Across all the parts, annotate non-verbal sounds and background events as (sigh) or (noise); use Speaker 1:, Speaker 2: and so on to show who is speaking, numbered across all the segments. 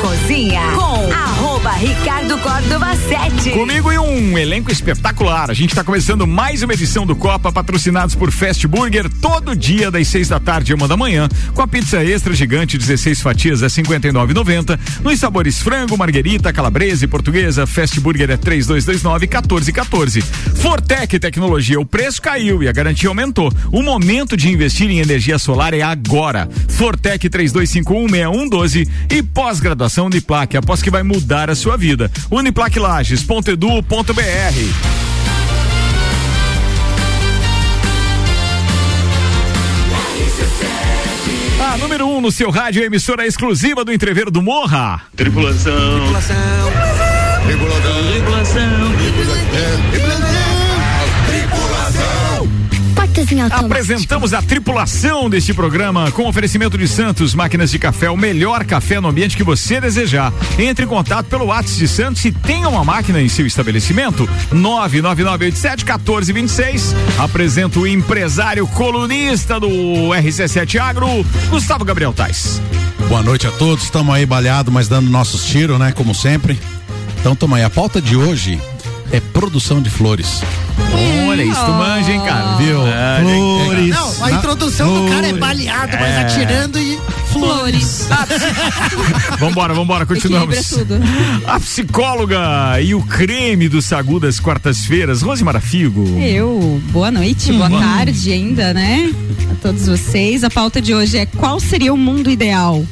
Speaker 1: Cozinha com arroba Ricardo Córdova 7.
Speaker 2: Comigo e um elenco espetacular. A gente está começando mais uma edição do Copa, patrocinados por Fast Burger, todo dia das 6 da tarde e uma da manhã, com a pizza extra gigante, 16 fatias é a 59,90. Nos sabores frango, marguerita, calabresa e portuguesa, Fast Burger é 3229 1414. Fortec Tecnologia, o preço caiu e a garantia aumentou. O momento de investir em energia solar é agora. Fortec 32516112 e pós-graduação Uniplac, após que vai mudar a sua vida. Uniplaclages.edu.br A número 1 um no seu rádio, emissora exclusiva do Entreveiro do Morra.
Speaker 3: Tripulação. Tripulação. Tripulação.
Speaker 4: Portas em automático.
Speaker 2: Apresentamos a tripulação deste programa com oferecimento de Santos Máquinas de Café, o melhor café no ambiente que você desejar. Entre em contato pelo WhatsApp de Santos e tenha uma máquina em seu estabelecimento. 99987-1426. Apresento o empresário colunista do RC7 Agro, Gustavo
Speaker 5: (laughs)
Speaker 2: Gabriel Tais.
Speaker 6: Boa noite a todos. Estamos aí baleado, mas dando nossos tiros, né? Como sempre. Então, toma aí. A pauta de hoje é produção de flores.
Speaker 2: Olha, isso tu manja, hein, cara?
Speaker 6: Viu?
Speaker 2: É, gente.
Speaker 6: flores.
Speaker 7: Não, a
Speaker 8: tá
Speaker 6: na-
Speaker 7: introdução do cara é
Speaker 6: flores.
Speaker 7: baleado, mas atirando e.
Speaker 5: Flores. Ah,
Speaker 2: Vambora, vambora,
Speaker 5: Equilibra
Speaker 2: continuamos.
Speaker 5: tudo.
Speaker 2: A psicóloga e o creme do Sagu das quartas-feiras, Rosimara Figo.
Speaker 5: Eu, boa noite, boa
Speaker 2: Boa-
Speaker 5: tarde ainda, né? A todos vocês. A pauta de hoje é qual seria o mundo ideal?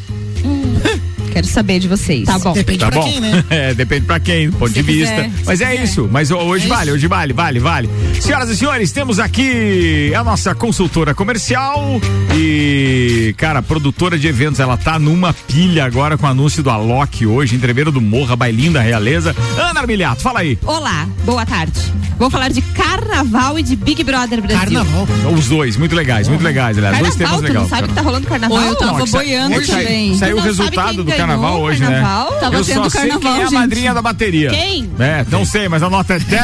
Speaker 5: Quero saber de vocês. Tá bom.
Speaker 7: Depende
Speaker 2: Tá
Speaker 7: pra
Speaker 2: bom?
Speaker 7: quem, né?
Speaker 2: (laughs) É, depende pra quem, do ponto de
Speaker 5: Se
Speaker 2: vista.
Speaker 5: quiser,
Speaker 2: Mas
Speaker 5: se
Speaker 2: é
Speaker 5: quiser.
Speaker 2: isso. Mas ho- hoje
Speaker 7: É
Speaker 2: vale, hoje vale, vale, vale. Senhoras e senhores, temos aqui a nossa consultora comercial e, cara, produtora de eventos. Ela tá numa pilha agora com o anúncio do Alok hoje, entreveiro do Morra, bailinho da realeza. Ana Armiliato, fala aí.
Speaker 5: Olá, boa tarde. Vou falar de carnaval e de Big Brother Brasil.
Speaker 7: Carnaval.
Speaker 2: Os dois, muito legais, muito legais, aliás. dois temas
Speaker 5: Carnaval, tu não
Speaker 2: legais.
Speaker 5: sabe que tá rolando carnaval?
Speaker 7: Ô, eu tava
Speaker 5: Não, é que sa-
Speaker 7: boiando
Speaker 5: é que sa-
Speaker 2: Saiu,
Speaker 5: Tu
Speaker 2: saiu o
Speaker 5: não sabe
Speaker 2: resultado
Speaker 5: quem
Speaker 2: do
Speaker 5: ganhou
Speaker 2: carnaval
Speaker 5: o
Speaker 2: hoje,
Speaker 5: carnaval?
Speaker 2: né?
Speaker 5: Tava
Speaker 2: Eu
Speaker 5: tendo
Speaker 2: só sei
Speaker 5: carnaval,
Speaker 2: quem é a
Speaker 5: gente.
Speaker 2: madrinha da bateria.
Speaker 5: Quem?
Speaker 2: É, não sei, mas a nota
Speaker 5: (laughs)
Speaker 2: é 10.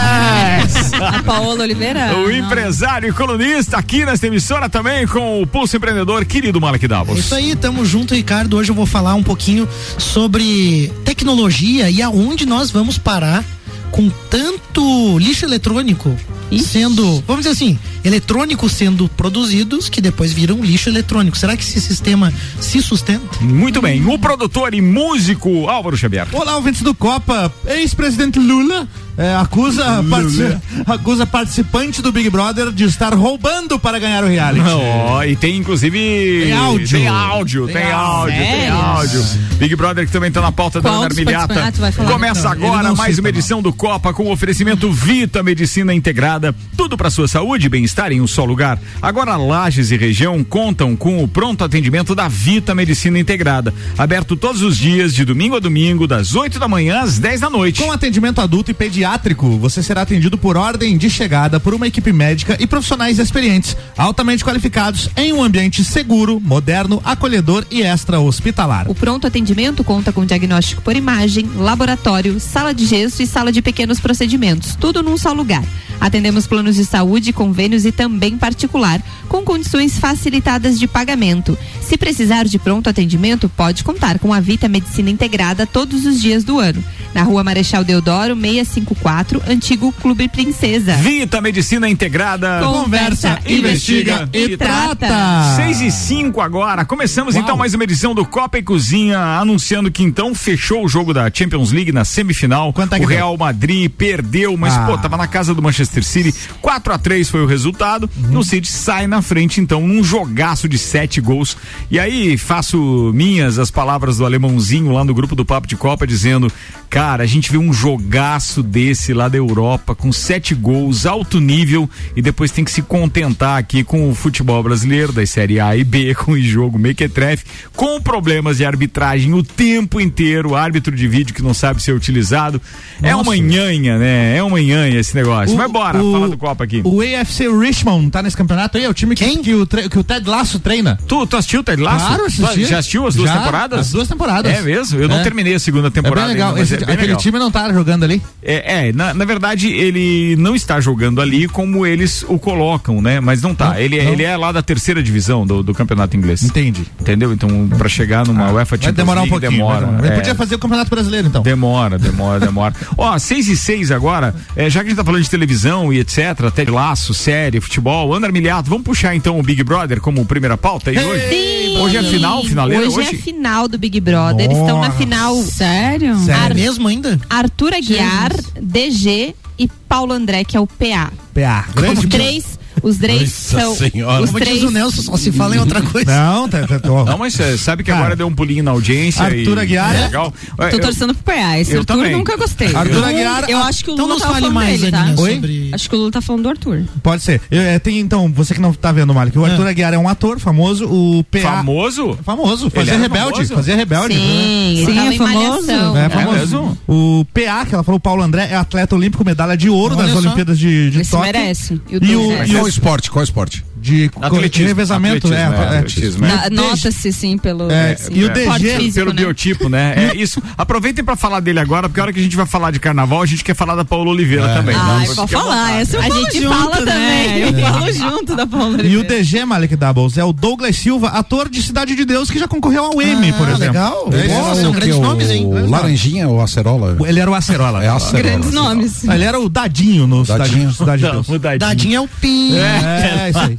Speaker 5: A Paola Oliveira.
Speaker 2: O
Speaker 5: não.
Speaker 2: empresário e colunista aqui nesta emissora também com o Pulso Empreendedor, querido
Speaker 7: (laughs)
Speaker 2: Malek
Speaker 7: É
Speaker 2: Davos.
Speaker 7: Isso aí, tamo junto, Ricardo. Hoje eu vou falar um pouquinho sobre tecnologia e aonde nós vamos parar com tanto lixo eletrônico
Speaker 5: Ixi.
Speaker 7: sendo, vamos dizer assim, eletrônico sendo produzidos que depois viram lixo eletrônico. Será que esse sistema se sustenta?
Speaker 2: Muito bem, o produtor e músico Álvaro Xavier.
Speaker 9: Olá, ouvintes do Copa. Ex-presidente Lula eh, acusa, partici- acusa participante do Big Brother de estar roubando para ganhar o reality.
Speaker 2: Ó, e tem inclusive.
Speaker 9: Tem áudio.
Speaker 2: Tem áudio, tem,
Speaker 9: Tem
Speaker 2: áudio, tem
Speaker 5: sério?
Speaker 2: áudio. Big Brother que também tá na pauta da
Speaker 5: Qual
Speaker 2: Ana
Speaker 5: dos participantes?
Speaker 2: Armilhata.
Speaker 5: Ah, tu vai falar.
Speaker 2: Começa
Speaker 9: Não, ele
Speaker 2: agora
Speaker 9: não
Speaker 2: mais um
Speaker 9: cita,
Speaker 2: uma
Speaker 9: não.
Speaker 2: edição do Copa com oferecimento Vita Medicina Integrada. Tudo para sua saúde e bem-estar em um só lugar. Agora Lages e região contam com o pronto atendimento da Vita Medicina Integrada. Aberto todos os dias, de domingo a domingo, das 8 da manhã às 10 da noite.
Speaker 9: Com atendimento adulto e pediátrico, você será atendido por ordem de chegada por uma equipe médica e profissionais experientes, altamente qualificados, em um ambiente seguro, moderno, acolhedor e extra-hospitalar.
Speaker 5: O pronto atendimento conta com diagnóstico por imagem, laboratório, sala de gesso e sala de pequenos procedimentos, tudo num só lugar. Atendemos planos de saúde, convênios e também particular, com condições facilitadas de pagamento. Se precisar de pronto atendimento, pode contar com a Vita Medicina Integrada todos os dias do ano. Na rua Marechal Deodoro, 654, antigo Clube Princesa.
Speaker 2: Vita Medicina Integrada.
Speaker 9: Conversa, investiga e trata.
Speaker 2: 6 e 5 agora. Começamos então mais uma edição do Copa e Cozinha, anunciando que então fechou o jogo da Champions League na semifinal.
Speaker 9: Quanto é que
Speaker 2: o
Speaker 9: deu?
Speaker 2: Real Madrid perdeu, mas
Speaker 9: Ah.
Speaker 2: pô, tava na casa do Manchester City. 4 a 3 foi o resultado. O City sai na frente então num jogaço de sete gols. E aí faço minhas as palavras do alemãozinho lá no grupo do Papo de Copa dizendo: "Cara, a gente viu um jogaço desse lá da Europa com sete gols, alto nível e depois tem que se contentar aqui com o futebol brasileiro das série A e B (laughs) com o jogo mequetrefe, com problemas de arbitragem o tempo inteiro, árbitro de vídeo que não sabe ser utilizado. É uma nhanha, né? É uma nhanha esse negócio. Mas bora, fala do Copa aqui.
Speaker 9: O AFC Richmond tá nesse campeonato aí, é o time que, que, o, tre- que o Ted Lasso treina.
Speaker 2: Tu, tu assistiu o Ted Lasso?
Speaker 9: Claro,
Speaker 2: Tu
Speaker 9: assisti.
Speaker 2: Já assistiu as duas
Speaker 9: Já,
Speaker 2: temporadas?
Speaker 9: As duas temporadas.
Speaker 2: É mesmo? Eu não
Speaker 9: É.
Speaker 2: terminei a segunda
Speaker 9: É
Speaker 2: temporada
Speaker 9: bem legal.
Speaker 2: ainda, mas
Speaker 9: Esse
Speaker 2: é bem
Speaker 9: aquele
Speaker 2: legal.
Speaker 9: time não tá jogando ali.
Speaker 2: É, é, na, na verdade, ele não está jogando ali como eles o colocam, né? Mas não tá.
Speaker 9: Não,
Speaker 2: ele, é-
Speaker 9: não.
Speaker 2: ele é lá da terceira divisão do, do campeonato inglês.
Speaker 9: Entendi.
Speaker 2: Entendeu? Então, pra chegar numa UEFA
Speaker 9: Vai
Speaker 2: Champions
Speaker 9: demorar um
Speaker 2: League,
Speaker 9: pouquinho.
Speaker 2: demora.
Speaker 9: vai demorar. Ele
Speaker 2: É,
Speaker 9: podia fazer o Campeonato Brasileiro, então.
Speaker 2: Demora,
Speaker 9: (laughs)
Speaker 2: demora, demora. Ó, 6 e 6 agora, é, já que a gente tá falando de televisão e etc, até de laço, série, futebol, André Miliato, vamos puxar então o Big Brother como primeira pauta aí hoje?
Speaker 5: Sim.
Speaker 2: Hoje é final, finaleira
Speaker 5: Hoje, é
Speaker 2: hoje?
Speaker 5: final do Big Brother. Eles estão na final
Speaker 3: Sério?
Speaker 7: É mesmo ainda?
Speaker 5: Arthur Aguiar, DG e Paulo André, que é o PA.
Speaker 9: PA.
Speaker 5: Os
Speaker 9: Grande
Speaker 5: três, os três
Speaker 6: Nossa
Speaker 5: são.
Speaker 6: Senhora.
Speaker 5: Os
Speaker 7: Como
Speaker 5: três,
Speaker 7: diz o Nelson, só se fala em
Speaker 9: (laughs)
Speaker 7: outra coisa.
Speaker 9: Não, tá, tá, tá, ó.
Speaker 2: Não, mas é, sabe que
Speaker 9: Cara,
Speaker 2: agora deu um pulinho na audiência.
Speaker 9: Arthur
Speaker 2: e,
Speaker 9: Aguiar é-
Speaker 2: Legal. É,
Speaker 3: Tô
Speaker 2: eu-
Speaker 3: torcendo pro PA. Esse
Speaker 2: eu
Speaker 3: Arthur
Speaker 2: também.
Speaker 3: nunca gostei.
Speaker 9: Arthur
Speaker 3: Eu-
Speaker 9: Aguiar-
Speaker 3: Eu acho que o
Speaker 7: Então
Speaker 3: Lula
Speaker 7: nos
Speaker 3: tava
Speaker 7: fale
Speaker 3: falando
Speaker 7: mais,
Speaker 3: dele, tá?
Speaker 7: Aninha,
Speaker 9: Oi?
Speaker 7: sobre...
Speaker 3: Acho que o Lula tá falando do Arthur.
Speaker 9: Pode ser. Eu, é, tem, então, você que não tá vendo, Malik, o Arthur Aguiar é um ator famoso, o PA.
Speaker 2: Famoso?
Speaker 9: Famoso, fazia
Speaker 2: era
Speaker 9: rebelde,
Speaker 2: famoso?
Speaker 9: fazia rebelde. né?
Speaker 5: Sim,
Speaker 3: Sim,
Speaker 5: ele tava
Speaker 3: é
Speaker 5: em
Speaker 3: famoso.
Speaker 5: malhação.
Speaker 9: É,
Speaker 2: É
Speaker 9: famoso.
Speaker 2: mesmo?
Speaker 9: O PA, que ela falou, o Paulo André, é atleta olímpico, medalha de ouro
Speaker 7: Olha
Speaker 9: nas
Speaker 7: só.
Speaker 9: Olimpíadas de, de
Speaker 3: Esse
Speaker 9: Tóquio.
Speaker 3: merece. E o
Speaker 9: E
Speaker 3: Dudu
Speaker 9: o-
Speaker 3: merece.
Speaker 6: E qual esporte? Qual esporte?
Speaker 9: De co- de revezamento,
Speaker 2: atletismo,
Speaker 9: é, é.
Speaker 2: atletismo,
Speaker 3: Na-
Speaker 9: o DG
Speaker 3: Nota-se, sim, pelo.
Speaker 9: É,
Speaker 3: sim,
Speaker 9: e o
Speaker 3: pelo
Speaker 9: DG
Speaker 3: porte
Speaker 2: Pelo-
Speaker 3: físico,
Speaker 2: pelo
Speaker 3: né?
Speaker 2: biotipo, né?
Speaker 5: (laughs)
Speaker 2: É isso. Aproveitem pra falar dele agora, porque a hora que a gente vai falar de carnaval, a gente quer falar da Paula Oliveira
Speaker 9: É.
Speaker 5: Ah,
Speaker 2: também.
Speaker 3: Ai,
Speaker 2: Então,
Speaker 3: pode
Speaker 2: fique à
Speaker 3: falar.
Speaker 2: vontade.
Speaker 3: Essa eu
Speaker 5: A
Speaker 3: falo
Speaker 5: gente
Speaker 3: junto,
Speaker 5: fala
Speaker 3: né?
Speaker 5: também.
Speaker 3: Eu falo junto da Paula
Speaker 9: E o
Speaker 3: Oliveira.
Speaker 9: DG Malik Doubles é o Douglas Silva, ator de Cidade de Deus, que já concorreu ao Emmy, por
Speaker 6: é
Speaker 9: exemplo.
Speaker 7: legal.
Speaker 9: Ele,
Speaker 7: Nossa,
Speaker 9: era o-
Speaker 7: são
Speaker 6: que
Speaker 7: grandes
Speaker 6: é o
Speaker 7: nomes, hein? Grandes
Speaker 6: Laranjinha ou Acerola?
Speaker 9: ele era o Acerola.
Speaker 6: É Acerola.
Speaker 3: Grandes nomes.
Speaker 9: Ele era o Dadinho no
Speaker 6: Dadinho.
Speaker 9: Cidade, Cidade de
Speaker 2: Então,
Speaker 9: Deus.
Speaker 2: mudadinho.
Speaker 7: Dadinho é o Pim.
Speaker 9: (laughs) É, isso
Speaker 2: (laughs)
Speaker 9: aí.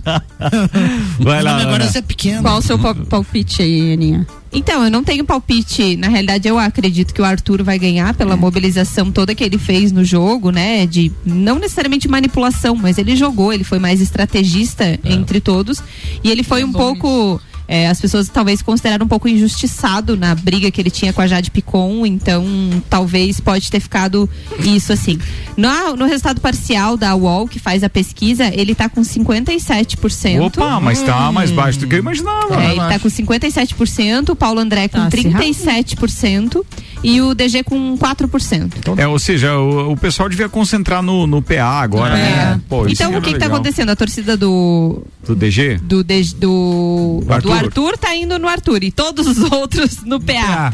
Speaker 2: Vai
Speaker 7: O
Speaker 2: lá.
Speaker 7: nome agora
Speaker 2: Ana.
Speaker 7: é pequeno.
Speaker 3: Qual o seu pa- palpite aí, Aninha?
Speaker 5: Então, eu não tenho palpite. Na realidade, eu acredito que o Arthur vai ganhar
Speaker 3: É.
Speaker 5: pela mobilização toda que ele fez no jogo, né? De não necessariamente manipulação, mas ele jogou, ele foi mais estrategista
Speaker 2: É.
Speaker 5: entre todos. E ele foi um pouco. é, as pessoas talvez consideraram um pouco injustiçado na briga que ele tinha com a Jade Picon, então talvez pode ter ficado isso assim. No, no resultado parcial da UOL, que faz a pesquisa, ele tá com 57%.
Speaker 2: Opa, mas tá mais baixo do que eu imaginava.
Speaker 5: Hum. É, ele tá com 57%, o Paulo André com
Speaker 3: Tá
Speaker 5: 37% e o DG com 4%.
Speaker 2: É, ou seja, o, o pessoal devia concentrar no, no PA agora, né? Pô, isso
Speaker 5: É. então, o
Speaker 2: era
Speaker 5: que, que tá
Speaker 2: legal.
Speaker 5: acontecendo? A torcida do.
Speaker 2: Do DG?
Speaker 5: Do, DG do,
Speaker 2: Do Arthur.
Speaker 5: do Arthur tá indo no Arthur e todos os (laughs) outros no PA.
Speaker 9: Ah,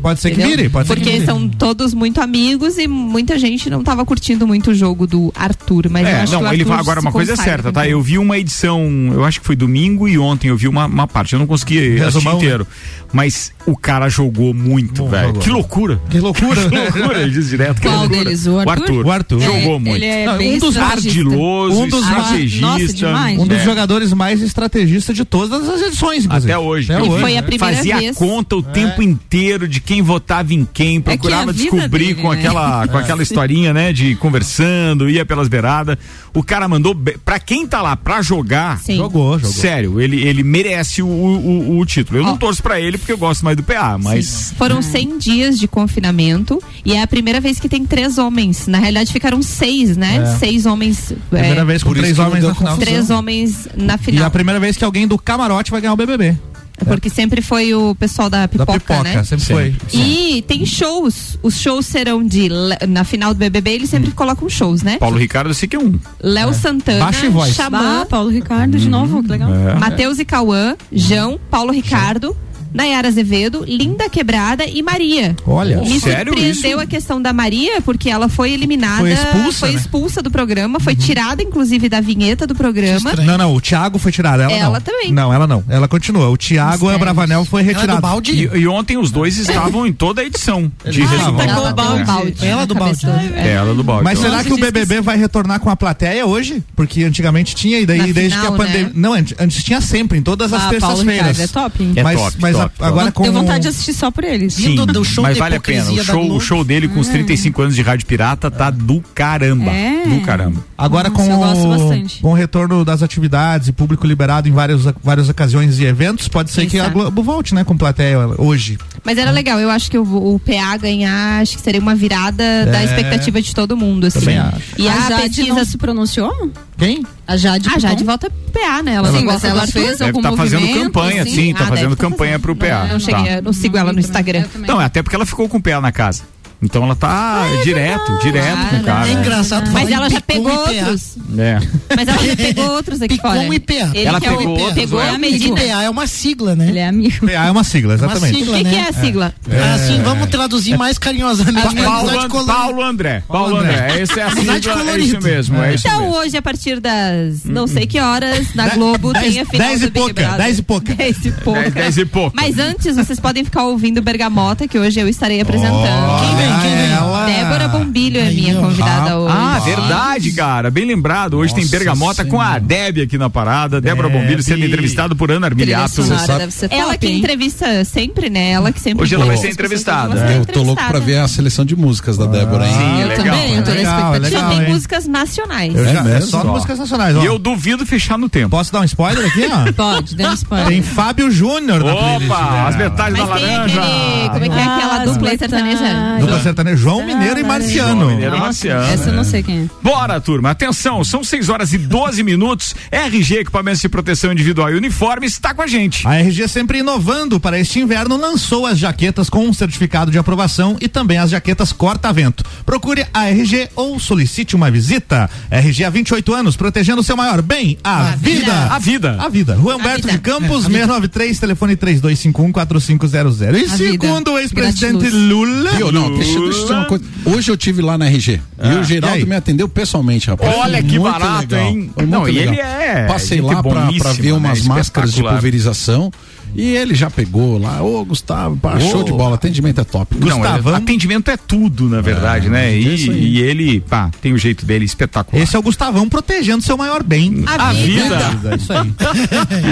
Speaker 9: Pode ser que vire, pode ser que
Speaker 5: Porque
Speaker 9: vire.
Speaker 5: são todos muito amigos e muita gente não tava curtindo muito o jogo do Arthur. Mas eu
Speaker 2: É,
Speaker 5: acho que o
Speaker 2: não, ele
Speaker 5: Arthur
Speaker 2: vai agora
Speaker 5: se
Speaker 2: uma coisa é
Speaker 5: consagra
Speaker 2: certa,
Speaker 5: como
Speaker 2: tá? Eu vi uma edição, eu acho que foi domingo e ontem eu vi uma, uma parte, eu não consegui assistir
Speaker 9: Resumão, né?
Speaker 2: inteiro. Mas o cara jogou muito,
Speaker 9: Bom,
Speaker 2: velho.
Speaker 9: jogou.
Speaker 2: Que loucura.
Speaker 9: Que loucura.
Speaker 2: (laughs) Que loucura, ele diz direto. que é
Speaker 3: Qual
Speaker 2: loucura.
Speaker 3: deles? O Arthur?
Speaker 9: é
Speaker 2: Arthur.
Speaker 9: O Arthur.
Speaker 2: Jogou
Speaker 3: Ele-
Speaker 2: muito.
Speaker 3: Ele é
Speaker 9: Não,
Speaker 3: bem
Speaker 9: um dos
Speaker 3: estrategista.
Speaker 2: Ardiloso,
Speaker 9: Um dos mais-
Speaker 2: estrategista.
Speaker 3: Nossa, demais.
Speaker 9: Um dos
Speaker 2: É.
Speaker 9: jogadores mais estrategistas de todas as edições, inclusive.
Speaker 2: Até hoje.
Speaker 9: Até
Speaker 2: E
Speaker 9: hoje.
Speaker 5: foi a
Speaker 9: né? É.
Speaker 5: primeira
Speaker 2: Fazia
Speaker 5: vez.
Speaker 2: conta o tempo inteiro de quem votava em quem,
Speaker 3: que
Speaker 2: procurava
Speaker 3: a vida
Speaker 2: descobrir
Speaker 3: dele,
Speaker 2: com
Speaker 9: (laughs)
Speaker 3: né?
Speaker 2: aquela com
Speaker 9: É.
Speaker 2: aquela historinha, né, de conversando, ia pelas beiradas. O cara mandou be- Pra quem tá lá pra jogar,
Speaker 5: Sim.
Speaker 9: Jogou, jogou.
Speaker 2: sério, ele ele merece o, o, o- o título. Eu não
Speaker 5: Ó.
Speaker 2: torço pra ele porque eu gosto mais do PA, mas
Speaker 5: Foram 100 dias de confinamento e é a primeira vez que tem três homens. Na realidade, ficaram seis, né? Seis homens. é,
Speaker 9: Primeira vez com
Speaker 6: por isso
Speaker 9: três
Speaker 6: que não
Speaker 9: homens
Speaker 6: deu
Speaker 9: na final.
Speaker 5: Três homens na
Speaker 9: E
Speaker 5: final. É
Speaker 9: a primeira vez que alguém do camarote vai ganhar o BBB.
Speaker 5: Porque sempre foi o pessoal da
Speaker 9: Da
Speaker 5: pipoca,
Speaker 9: pipoca,
Speaker 5: né?
Speaker 9: sempre foi.
Speaker 5: E tem shows. Os shows serão de. Le- Na final do BBB, eles
Speaker 9: Hum.
Speaker 5: sempre colocam shows, né?
Speaker 2: Paulo Ricardo eu sei que é um.
Speaker 5: Léo Santana,
Speaker 9: Baixa em voz.
Speaker 3: Bah,
Speaker 5: Xamã,
Speaker 3: Paulo Ricardo
Speaker 2: Uhum.
Speaker 3: de novo, que legal.
Speaker 2: É.
Speaker 5: Matheus e Cauã, Jão, Paulo Ricardo, Nayara Azevedo, Linda Quebrada e Maria.
Speaker 9: Olha.
Speaker 5: Me
Speaker 2: Sério
Speaker 5: surpreendeu
Speaker 2: isso?
Speaker 5: a questão da Maria, porque ela foi eliminada.
Speaker 9: Foi expulsa,
Speaker 5: foi
Speaker 9: né?
Speaker 5: expulsa do programa,
Speaker 2: Uhum.
Speaker 5: foi tirada, inclusive, da vinheta do programa.
Speaker 9: Não, não, o Thiago foi tirado. Ela,
Speaker 5: Ela
Speaker 9: não.
Speaker 5: também.
Speaker 9: Não, ela não. Ela continua. O Thiago
Speaker 3: Mistérios.
Speaker 9: Abravanel foi
Speaker 7: Ela é do
Speaker 9: retirado.
Speaker 7: balde?
Speaker 2: E, e ontem os dois estavam em toda a edição de
Speaker 9: Ah,
Speaker 2: Resumo.
Speaker 9: tá
Speaker 3: com o balde.
Speaker 7: Ela
Speaker 5: na
Speaker 7: do
Speaker 5: cabeça.
Speaker 7: balde.
Speaker 2: É, ela do balde.
Speaker 9: Mas
Speaker 2: Então,
Speaker 9: será que o
Speaker 3: diz que
Speaker 9: BBB vai retornar com a plateia hoje? Porque antigamente tinha, e daí
Speaker 5: Na
Speaker 9: desde
Speaker 5: final,
Speaker 9: que a pandemia.
Speaker 5: né?
Speaker 9: Não, antes, antes tinha sempre, em todas as
Speaker 3: Ah, Paulo
Speaker 9: terças-feiras.
Speaker 3: Ricardo é top, hein?
Speaker 2: É
Speaker 9: mas
Speaker 2: top,
Speaker 9: mas a-
Speaker 2: top,
Speaker 9: agora com.
Speaker 3: Tenho vontade de assistir só por eles.
Speaker 7: Vindo do show
Speaker 2: mas
Speaker 7: da
Speaker 2: vale a pena. O
Speaker 7: hipocrisia da
Speaker 2: show, o
Speaker 7: Globo.
Speaker 2: show dele com os 35 anos de rádio pirata tá do caramba.
Speaker 3: É.
Speaker 2: Do caramba.
Speaker 9: Agora
Speaker 3: Nossa,
Speaker 9: com,
Speaker 3: eu gosto
Speaker 9: o,
Speaker 3: bastante.
Speaker 9: com o retorno das atividades e público liberado em várias, várias ocasiões e eventos, pode ser
Speaker 5: Quem
Speaker 9: que a
Speaker 5: sabe?
Speaker 9: Globo volte, né, com plateia hoje.
Speaker 5: Mas
Speaker 2: É.
Speaker 5: era legal, eu acho que o, o PA ganhar, acho que seria uma virada
Speaker 2: É.
Speaker 5: da expectativa de todo mundo, assim.
Speaker 9: Também acho.
Speaker 5: E a, pesquisa.
Speaker 3: não se pronunciou?
Speaker 9: Quem?
Speaker 3: A Jade.
Speaker 5: Ah, já de
Speaker 3: Picon?
Speaker 5: volta PA, né? Ela
Speaker 3: Sim,
Speaker 5: não
Speaker 3: mas
Speaker 5: gosta do
Speaker 3: ela
Speaker 5: Arthur.
Speaker 3: fez
Speaker 2: Deve
Speaker 3: algum
Speaker 2: tá fazendo
Speaker 3: movimento,
Speaker 2: campanha,
Speaker 3: assim?
Speaker 2: sim, tá
Speaker 5: Ah,
Speaker 2: fazendo
Speaker 5: deve tá
Speaker 2: campanha pro PA.
Speaker 5: Não, não
Speaker 2: Tá. é
Speaker 5: cheguei, a- não sigo ela no Instagram.
Speaker 3: Eu também.
Speaker 2: Não, até porque ela ficou com o PA na casa. Então ela tá direto, direto
Speaker 5: Ah,
Speaker 2: com o cara.
Speaker 7: É engraçado falar
Speaker 5: Mas
Speaker 7: em
Speaker 5: ela já
Speaker 7: Picon
Speaker 5: pegou
Speaker 7: e PA.
Speaker 5: outros.
Speaker 2: É.
Speaker 5: Mas ela já pegou outros aqui
Speaker 7: Picon
Speaker 5: fora.
Speaker 7: e PA.
Speaker 5: Ele
Speaker 2: Ela
Speaker 5: que é o-
Speaker 2: pegou outros,
Speaker 5: pegou
Speaker 2: ué.
Speaker 5: a medida.
Speaker 7: PA é uma sigla,
Speaker 3: Ele
Speaker 7: né?
Speaker 3: é amigo.
Speaker 9: PA é uma sigla,
Speaker 7: Uma
Speaker 9: exatamente.
Speaker 5: O
Speaker 7: sigla,
Speaker 5: que,
Speaker 7: né?
Speaker 5: que é a sigla?
Speaker 7: Assim, vamos traduzir mais carinhosamente. pra
Speaker 2: Paulo,
Speaker 7: amizade colorida.
Speaker 2: Paulo André. Paulo
Speaker 9: André.
Speaker 2: André. Esse é a
Speaker 7: Amizade
Speaker 2: sigla, é isso
Speaker 7: colorida.
Speaker 2: mesmo, é isso
Speaker 5: Então
Speaker 2: mesmo.
Speaker 5: hoje, a partir das não sei que horas, na Globo
Speaker 9: Hum, dez-
Speaker 5: tem a final
Speaker 9: dez
Speaker 5: do
Speaker 9: e
Speaker 5: Big
Speaker 9: pouca,
Speaker 5: Brother.
Speaker 9: dez e pouca.
Speaker 10: É
Speaker 5: Dez e pouca.
Speaker 2: Dez- dez e pouca.
Speaker 5: Mas antes, vocês podem ficar ouvindo Bergamota, que hoje eu estarei
Speaker 9: Olha
Speaker 5: apresentando.
Speaker 7: vem? Quem vem?
Speaker 9: ela.
Speaker 5: Débora Bombilho é
Speaker 7: Aí,
Speaker 5: minha
Speaker 7: ó.
Speaker 5: convidada hoje.
Speaker 2: Ah, verdade, cara. Bem lembrado. Hoje tem
Speaker 6: Nossa
Speaker 2: bergamota com a
Speaker 6: Senhora.
Speaker 2: Deb aqui na parada. Débora Bombilho sendo entrevistado por Ana Armiliato.
Speaker 6: Trilha sonora. sabe-
Speaker 1: deve ser
Speaker 5: ela
Speaker 1: top,
Speaker 5: que
Speaker 1: hein?
Speaker 5: entrevista sempre, né? Ela que sempre.
Speaker 2: Hoje ela vai
Speaker 5: entrevista as
Speaker 2: ser
Speaker 5: pessoas,
Speaker 2: entrevistada.
Speaker 5: ela vai ser
Speaker 6: eu tô louco pra
Speaker 5: entrevistada.
Speaker 6: ver a seleção de músicas da Débora, hein?
Speaker 2: Sim,
Speaker 1: Ah, eu
Speaker 2: legal.
Speaker 1: também, eu tô
Speaker 9: Legal, é
Speaker 1: na expectativa.
Speaker 9: legal,
Speaker 5: tipo. Tem
Speaker 9: hein?
Speaker 5: músicas nacionais.
Speaker 9: Eu
Speaker 6: É
Speaker 9: já- é
Speaker 6: mesmo?
Speaker 9: só
Speaker 2: Ó.
Speaker 9: músicas nacionais. ó.
Speaker 2: E eu duvido fechar no tempo.
Speaker 9: Posso dar um spoiler aqui,
Speaker 5: (laughs)
Speaker 9: ó?
Speaker 1: Pode, dê um spoiler.
Speaker 9: Tem Fábio Júnior na playlist.
Speaker 2: Opa,
Speaker 9: dela.
Speaker 2: as metades da
Speaker 9: Ah,
Speaker 5: Mas tem
Speaker 2: laranja.
Speaker 5: aquele. Como é que é aquela
Speaker 3: Ah,
Speaker 5: dupla
Speaker 3: as
Speaker 5: sertaneja?
Speaker 3: metades.
Speaker 9: Dupla sertaneja, João Mineiro e Marciano.
Speaker 2: Ah, João Mineiro. Era
Speaker 3: Nossa,
Speaker 2: marciano, né?
Speaker 3: essa eu não sei quem é.
Speaker 2: Bora, turma. Atenção, são 6 horas e 12 minutos. RG Equipamentos de Proteção Individual e Uniforme está com a gente.
Speaker 9: A RG sempre inovando para este inverno lançou as jaquetas com um certificado de aprovação e também as jaquetas corta-vento. Procure a RG ou solicite uma visita. RG há 28 anos, protegendo o seu maior bem, a, vida.
Speaker 2: A vida. É,
Speaker 9: A vida. Rua Humberto
Speaker 5: vida.
Speaker 9: de Campos, 693, telefone 3251-4500. E
Speaker 5: A
Speaker 9: segundo
Speaker 2: um,
Speaker 5: vida.
Speaker 9: o ex-presidente
Speaker 5: Gratiluz.
Speaker 9: Lula.
Speaker 6: Viu? Não, deixa, deixa eu te dizer uma coisa. Hoje eu tive lá na RG. E o Geraldo
Speaker 9: E aí?
Speaker 6: me atendeu pessoalmente, rapaz.
Speaker 2: Ah, Olha
Speaker 6: Foi
Speaker 2: que
Speaker 6: muito
Speaker 2: barato,
Speaker 6: legal.
Speaker 2: hein?
Speaker 6: Foi
Speaker 2: Não,
Speaker 6: muito
Speaker 2: e
Speaker 6: legal.
Speaker 2: ele é
Speaker 6: Passei
Speaker 2: gente
Speaker 6: lá pra, pra
Speaker 2: boníssima,
Speaker 6: ver umas
Speaker 2: né?
Speaker 6: máscaras de
Speaker 2: Espetacular.
Speaker 6: pulverização. E ele já pegou lá. Ô, Gustavo, pá, show de bola. Atendimento é top.
Speaker 2: Não,
Speaker 9: Gustavão.
Speaker 2: é- atendimento é tudo, na verdade,
Speaker 3: Ah,
Speaker 2: né?
Speaker 6: é isso aí.
Speaker 2: E, e ele, pá, tem o jeito dele espetacular.
Speaker 9: Esse é o Gustavão protegendo seu maior bem.
Speaker 2: A vida.
Speaker 9: É isso aí. (laughs)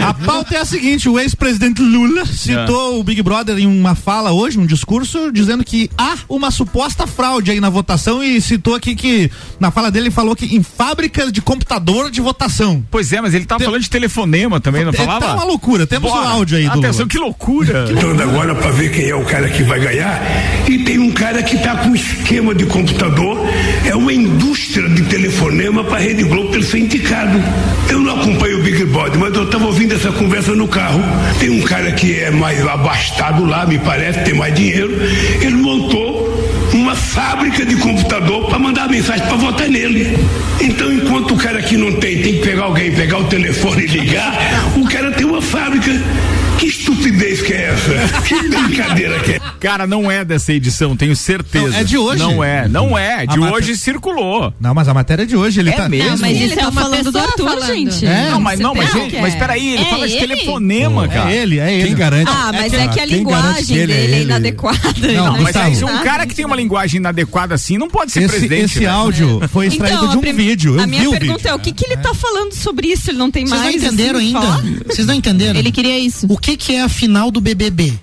Speaker 9: A pauta é a seguinte: o ex-presidente Lula
Speaker 2: É.
Speaker 9: citou o Big Brother em uma fala hoje, um discurso, dizendo que há uma suposta fraude aí na votação e citou aqui que na fala dele ele falou que em fábricas de computador de votação.
Speaker 2: Pois é, mas ele tava falando de telefonema também, não
Speaker 9: É,
Speaker 2: falava?
Speaker 9: Tá uma loucura. Temos o
Speaker 2: Bora.
Speaker 9: áudio aí do
Speaker 2: Atenção,
Speaker 9: Lula. (laughs)
Speaker 2: que loucura.
Speaker 4: toda agora para ver quem é o cara que vai ganhar. E tem um cara que está com um esquema de computador, é uma indústria de telefonema para a Rede Globo pelo ser indicado. Eu não acompanho o Big Brother, mas eu estava ouvindo essa conversa no carro. Tem um cara que é mais abastado lá, me parece, tem mais dinheiro. Ele montou uma fábrica de computador para mandar mensagem para votar nele. Então, enquanto o cara aqui não tem, tem que pegar alguém, pegar o telefone e ligar, o cara tem uma fábrica. Que estupidez que é essa? Que brincadeira que é?
Speaker 2: Cara, não é dessa edição, tenho certeza.
Speaker 9: Não, é de hoje?
Speaker 2: Não é, não é. De
Speaker 9: A
Speaker 2: hoje
Speaker 9: matéria-
Speaker 2: circulou.
Speaker 9: Não, mas a matéria de hoje ele
Speaker 2: É
Speaker 9: tá.
Speaker 2: mesmo?
Speaker 5: Não, mas
Speaker 3: Ele
Speaker 5: isso é
Speaker 3: tá
Speaker 5: uma
Speaker 3: falando do
Speaker 5: pessoa
Speaker 3: Arthur,
Speaker 5: falando.
Speaker 3: gente.
Speaker 9: É.
Speaker 2: Não, mas não, mas,
Speaker 5: Não,
Speaker 2: gente,
Speaker 5: que é.
Speaker 2: mas peraí, ele
Speaker 5: É
Speaker 2: fala de
Speaker 5: ele?
Speaker 2: telefonema, cara.
Speaker 9: É ele, é ele.
Speaker 6: Quem garante?
Speaker 1: Ah, mas é que
Speaker 6: quem
Speaker 1: a
Speaker 6: garante
Speaker 1: linguagem
Speaker 6: que ele é
Speaker 1: dele é
Speaker 6: ele?
Speaker 1: inadequada.
Speaker 9: Não,
Speaker 1: então,
Speaker 2: Mas
Speaker 9: Gustavo.
Speaker 2: aí, se um cara que tem uma linguagem inadequada assim não pode ser
Speaker 9: Esse,
Speaker 2: presidente. né?
Speaker 9: esse
Speaker 2: velho.
Speaker 9: áudio foi extraído
Speaker 1: Então,
Speaker 9: de um
Speaker 1: a prim-
Speaker 9: vídeo. Eu
Speaker 1: a minha
Speaker 9: vi o
Speaker 1: pergunta
Speaker 9: vídeo.
Speaker 1: é o que, que ele tá falando sobre isso? Ele não tem
Speaker 7: Vocês não
Speaker 1: mais.
Speaker 7: entenderam
Speaker 1: assim,
Speaker 7: ainda?
Speaker 1: falar?
Speaker 7: Vocês não entenderam?
Speaker 5: Ele queria isso.
Speaker 7: O que, que é a final do BBB?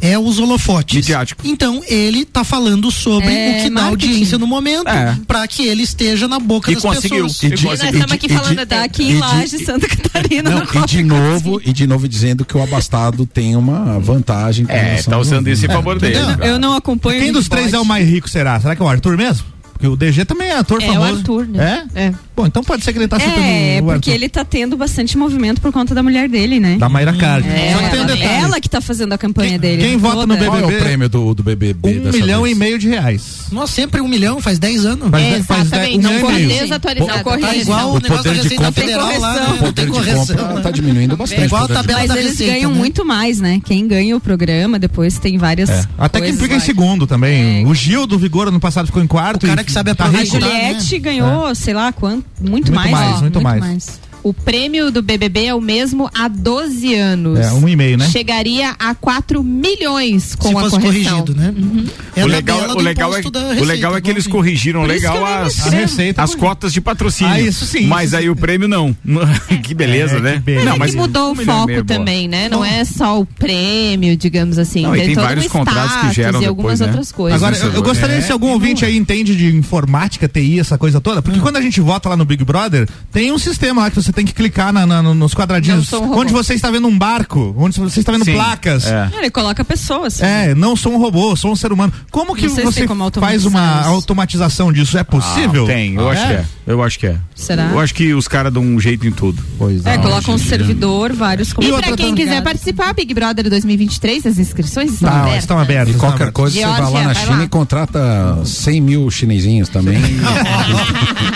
Speaker 7: É os holofotes.
Speaker 2: Midiático.
Speaker 7: Então, ele tá falando sobre
Speaker 1: É,
Speaker 7: o que na
Speaker 1: marketing.
Speaker 7: audiência no momento,
Speaker 2: É.
Speaker 7: pra que ele esteja na boca
Speaker 2: E
Speaker 7: das
Speaker 2: conseguiu.
Speaker 7: pessoas.
Speaker 2: E
Speaker 7: Ele
Speaker 5: Nós
Speaker 2: conseguiu.
Speaker 5: estamos aqui
Speaker 6: e de-
Speaker 5: falando
Speaker 1: Tá
Speaker 5: da
Speaker 1: aqui em
Speaker 6: E de-
Speaker 1: Laje, Santa Catarina.
Speaker 6: Não, e
Speaker 2: (laughs)
Speaker 6: de novo, e de novo dizendo que o abastado tem uma vantagem. com
Speaker 2: É,
Speaker 6: relação
Speaker 2: tá
Speaker 6: ao-
Speaker 2: usando isso em favor dele.
Speaker 7: entendeu?
Speaker 2: cara.
Speaker 1: Eu não acompanho.
Speaker 9: Quem dos
Speaker 1: Big
Speaker 9: três é o
Speaker 1: Brother.
Speaker 9: mais rico, será? Será que é o Arthur mesmo? Porque o DG também é ator
Speaker 5: É,
Speaker 9: famoso.
Speaker 5: o Arthur, né?
Speaker 9: É?
Speaker 5: É.
Speaker 9: Bom, então pode ser que ele tá citando
Speaker 1: É,
Speaker 9: o Arthur.
Speaker 1: porque ele tá tendo bastante movimento por conta da mulher dele, né?
Speaker 9: Da Mayra Card.
Speaker 1: É,
Speaker 9: Só que tem um
Speaker 1: ela,
Speaker 9: detalhe.
Speaker 1: ela que tá fazendo a campanha
Speaker 9: Quem-
Speaker 1: dele. né?
Speaker 9: quem vota no
Speaker 1: Toda.
Speaker 6: Qual é o
Speaker 9: BBB?
Speaker 6: prês- prêmio do, do BBB?
Speaker 9: um
Speaker 6: dessa
Speaker 9: milhão
Speaker 6: vez?
Speaker 9: e meio de reais.
Speaker 7: Nossa, sempre um milhão, faz 10 anos.
Speaker 9: Faz
Speaker 5: É,
Speaker 9: dez- faz dez-
Speaker 5: Exatamente.
Speaker 9: um
Speaker 5: Não
Speaker 9: milhão e
Speaker 5: corri
Speaker 9: meio.
Speaker 5: desatualizado.
Speaker 1: Pô,
Speaker 7: Tá
Speaker 1: correção.
Speaker 7: igual o
Speaker 6: O
Speaker 7: negócio da
Speaker 6: poder de
Speaker 1: tá
Speaker 7: Receita
Speaker 6: compra-
Speaker 7: Federal lá, né?
Speaker 1: Tem
Speaker 6: O poder
Speaker 7: Não tem
Speaker 6: de
Speaker 7: correção.
Speaker 6: compra
Speaker 7: né?
Speaker 6: tá diminuindo bastante.
Speaker 7: Igual
Speaker 6: o poder
Speaker 7: a
Speaker 6: de
Speaker 7: tabela
Speaker 6: compra.
Speaker 1: Mas
Speaker 7: da
Speaker 1: eles
Speaker 7: Receita,
Speaker 1: ganham
Speaker 7: né?
Speaker 1: muito mais, né? Quem ganha o programa depois tem várias.
Speaker 9: É. Até quem
Speaker 1: coisas É.
Speaker 9: fica em
Speaker 1: lá.
Speaker 9: segundo também. O Gil do Vigor ano passado ficou em quarto.
Speaker 7: O cara
Speaker 9: e
Speaker 7: que sabe
Speaker 9: tá É.
Speaker 7: aproveitar.
Speaker 1: A
Speaker 9: rico.
Speaker 7: Ju-
Speaker 1: Juliette ganhou, sei lá quanto, muito,
Speaker 9: Muito
Speaker 1: mais.
Speaker 9: mais,
Speaker 1: ó,
Speaker 9: muito mais.
Speaker 5: O prêmio do BBB é o mesmo há 12 anos.
Speaker 9: É, um e meio, né?
Speaker 5: Chegaria a 4 milhões com
Speaker 7: Se
Speaker 5: a
Speaker 7: fosse
Speaker 5: correção. Uhum.
Speaker 7: corrigido, né? É
Speaker 2: O
Speaker 7: a
Speaker 2: legal,
Speaker 7: tabela
Speaker 2: o,
Speaker 7: do
Speaker 2: legal é,
Speaker 7: imposto da
Speaker 2: o
Speaker 7: Receita,
Speaker 2: legal é que
Speaker 7: bom,
Speaker 2: eles
Speaker 7: sim.
Speaker 2: corrigiram
Speaker 1: Por isso que
Speaker 2: legal
Speaker 1: eu nem
Speaker 2: as,
Speaker 9: A receita.
Speaker 2: as cotas de patrocínio.
Speaker 9: Ah, isso sim,
Speaker 2: Mas
Speaker 9: isso
Speaker 2: aí
Speaker 9: sim.
Speaker 2: o prêmio não. (laughs) que beleza,
Speaker 9: É,
Speaker 2: né?
Speaker 9: que beleza.
Speaker 5: Mas
Speaker 2: não,
Speaker 5: é que mudou o
Speaker 2: um milhão e meio é
Speaker 5: foco
Speaker 2: boa.
Speaker 5: também, né? Não, é só o prêmio, digamos assim.
Speaker 2: Não, e tem
Speaker 5: todo
Speaker 2: vários
Speaker 5: um
Speaker 2: contratos que
Speaker 5: status
Speaker 2: geram
Speaker 5: e algumas
Speaker 2: depois, né?
Speaker 5: outras coisas. É,
Speaker 9: Agora, eu, eu gostaria se algum ouvinte
Speaker 5: Hum.
Speaker 9: aí entende de informática, TI, essa coisa toda, porque quando a gente vota lá no Big Brother, tem um sistema lá que você tem que clicar na- na- nos quadradinhos.
Speaker 5: Não sou um robô.
Speaker 9: onde você está vendo um barco, onde você está vendo
Speaker 2: Sim,
Speaker 9: placas.
Speaker 2: é.
Speaker 3: Ele coloca pessoas.
Speaker 9: É, não sou um robô, sou um ser humano. Como que
Speaker 3: Não sei se
Speaker 9: você
Speaker 3: tem como automatizar
Speaker 9: faz uma
Speaker 3: isso.
Speaker 9: automatização disso? É possível?
Speaker 2: Ah, tem, eu acho que é. Eu acho que é.
Speaker 3: Será?
Speaker 2: Eu acho que os caras dão um jeito em tudo.
Speaker 6: Pois
Speaker 3: É,
Speaker 6: não,
Speaker 3: coloca um
Speaker 6: gente.
Speaker 3: servidor, vários
Speaker 5: E
Speaker 3: computadores.
Speaker 5: pra quem quiser participar, Big Brother 2023, as inscrições estão
Speaker 9: Tá,
Speaker 5: abertas.
Speaker 9: estão abertos.
Speaker 6: E
Speaker 9: estão
Speaker 6: qualquer
Speaker 9: abertos.
Speaker 6: coisa, você vai lá
Speaker 5: Georgia,
Speaker 6: na
Speaker 5: vai
Speaker 6: China
Speaker 5: lá.
Speaker 6: e contrata 100 mil chinesinhos também.
Speaker 5: (laughs)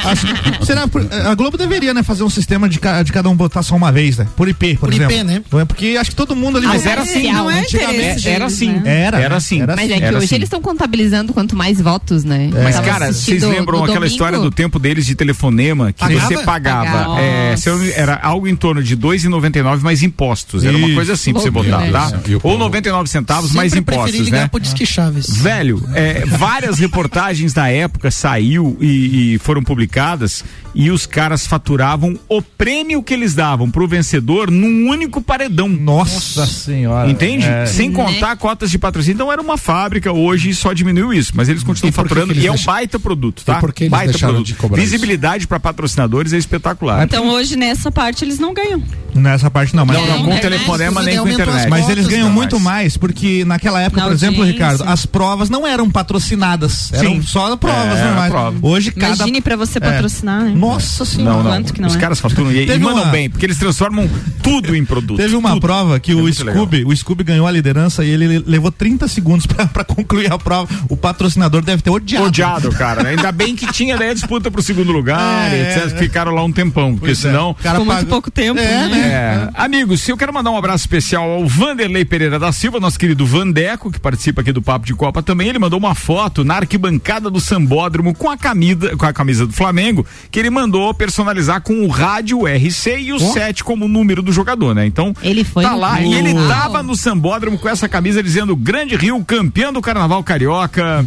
Speaker 9: Acho- É. será, por- a Globo deveria, né, fazer um sistema de, ca- de cada um botar só uma vez, né? Por IP, por,
Speaker 7: Por IP,
Speaker 9: exemplo.
Speaker 7: né?
Speaker 9: Não é Porque acho que todo mundo
Speaker 5: Ah,
Speaker 9: ali...
Speaker 2: Mas
Speaker 9: vai-
Speaker 2: era assim,
Speaker 5: não é
Speaker 2: antigamente.
Speaker 5: interesse
Speaker 2: Era
Speaker 5: deles,
Speaker 2: assim.
Speaker 5: né?
Speaker 9: Era,
Speaker 2: Era assim.
Speaker 9: Era É.
Speaker 5: Mas é que
Speaker 2: Era
Speaker 5: hoje
Speaker 2: assim.
Speaker 5: eles estão contabilizando quanto mais votos, né? Eu
Speaker 2: Mas,
Speaker 5: tava
Speaker 2: cara, vocês
Speaker 5: assistindo
Speaker 2: lembram
Speaker 5: no
Speaker 2: aquela
Speaker 5: domingo.
Speaker 2: história do tempo deles de telefonema que
Speaker 9: Pagava?
Speaker 2: você pagava?
Speaker 5: Pagava.
Speaker 2: é, se eu não- era algo em torno de R$ 2,99 mais impostos. Era uma
Speaker 9: Isso.
Speaker 2: coisa assim pra você
Speaker 6: Loucura,
Speaker 2: botar,
Speaker 6: né?
Speaker 2: tá?
Speaker 6: E o
Speaker 2: Ou
Speaker 6: povo-
Speaker 2: 99 centavos mais
Speaker 7: Sempre preferi
Speaker 2: impostos,
Speaker 7: ligar
Speaker 2: né?
Speaker 7: pro Disque Chaves.
Speaker 2: Velho, é, várias reportagens na época saiu e, e foram publicadas e os caras faturavam o prêmio que eles davam pro vencedor num único paredão.
Speaker 9: Nossa senhora.
Speaker 2: Entende?
Speaker 9: É.
Speaker 3: Uhum.
Speaker 2: Sem contar cotas de patrocínio. Então era uma fábrica, hoje só diminuiu isso, mas eles continuam
Speaker 6: E por que
Speaker 2: faturando
Speaker 6: que eles
Speaker 2: e é um
Speaker 6: deixam-
Speaker 2: baita produto, tá?
Speaker 6: E por que eles
Speaker 2: baita
Speaker 6: deixaram
Speaker 2: produto.
Speaker 6: de cobrar isso?
Speaker 2: Visibilidade para patrocinadores é espetacular.
Speaker 3: Então hoje nessa parte eles não ganham.
Speaker 9: Nessa parte não, mas... é um
Speaker 2: não, não, com o
Speaker 3: internet,
Speaker 2: telefonema
Speaker 7: tudo
Speaker 2: nem
Speaker 7: bem,
Speaker 2: com a
Speaker 7: aumentou as
Speaker 2: internet.
Speaker 7: cotas,
Speaker 9: Mas eles ganham
Speaker 2: Não,
Speaker 9: muito
Speaker 2: mas-
Speaker 9: mais, porque naquela época,
Speaker 3: Na
Speaker 9: por exemplo,
Speaker 3: audiência.
Speaker 9: Ricardo, as provas não eram patrocinadas. Eram
Speaker 2: Sim.
Speaker 9: só provas
Speaker 2: É,
Speaker 9: normais.
Speaker 2: prova.
Speaker 9: Hoje cada.
Speaker 3: Imagine pra você patrocinar, né?
Speaker 9: Nossa senhora.
Speaker 2: Não, não.
Speaker 3: Quanto que não
Speaker 2: Os
Speaker 3: é?
Speaker 2: caras faturam e, e
Speaker 9: Teve
Speaker 2: mandam
Speaker 9: uma-
Speaker 2: bem, porque eles transformam tudo em produto.
Speaker 9: Teve uma
Speaker 2: Tudo. É
Speaker 9: prova que o
Speaker 2: muito
Speaker 9: Scooby, o Scooby ganhou a liderança e ele levou 30 segundos pra, pra concluir a prova. O patrocinador deve ter odiado.
Speaker 2: Odiado, cara. né? Ainda bem que tinha daí a disputa pro segundo lugar,
Speaker 9: É, é.
Speaker 2: etc. que Ficaram lá um tempão, porque
Speaker 9: Pois é.
Speaker 2: senão.
Speaker 9: O cara
Speaker 3: Ficou muito
Speaker 9: pagou-
Speaker 3: pouco tempo,
Speaker 9: É,
Speaker 3: né?
Speaker 9: né?
Speaker 2: É, amigos, eu quero mandar um abraço especial ao Vanderlei Pereira da Silva, nosso querido Vandeco, que participa aqui do Papo de Copa também. Ele mandou uma foto na arquibancada do Sambódromo com a camisa, com a camisa do Flamengo, que ele mandou personalizar com o rádio RC e o 7 como número do jogador, né? Então,
Speaker 5: Ele foi
Speaker 2: tá
Speaker 5: no-
Speaker 2: lá e ele
Speaker 5: Uau.
Speaker 2: tava no Sambódromo com essa camisa dizendo Grande Rio, campeão do Carnaval Carioca.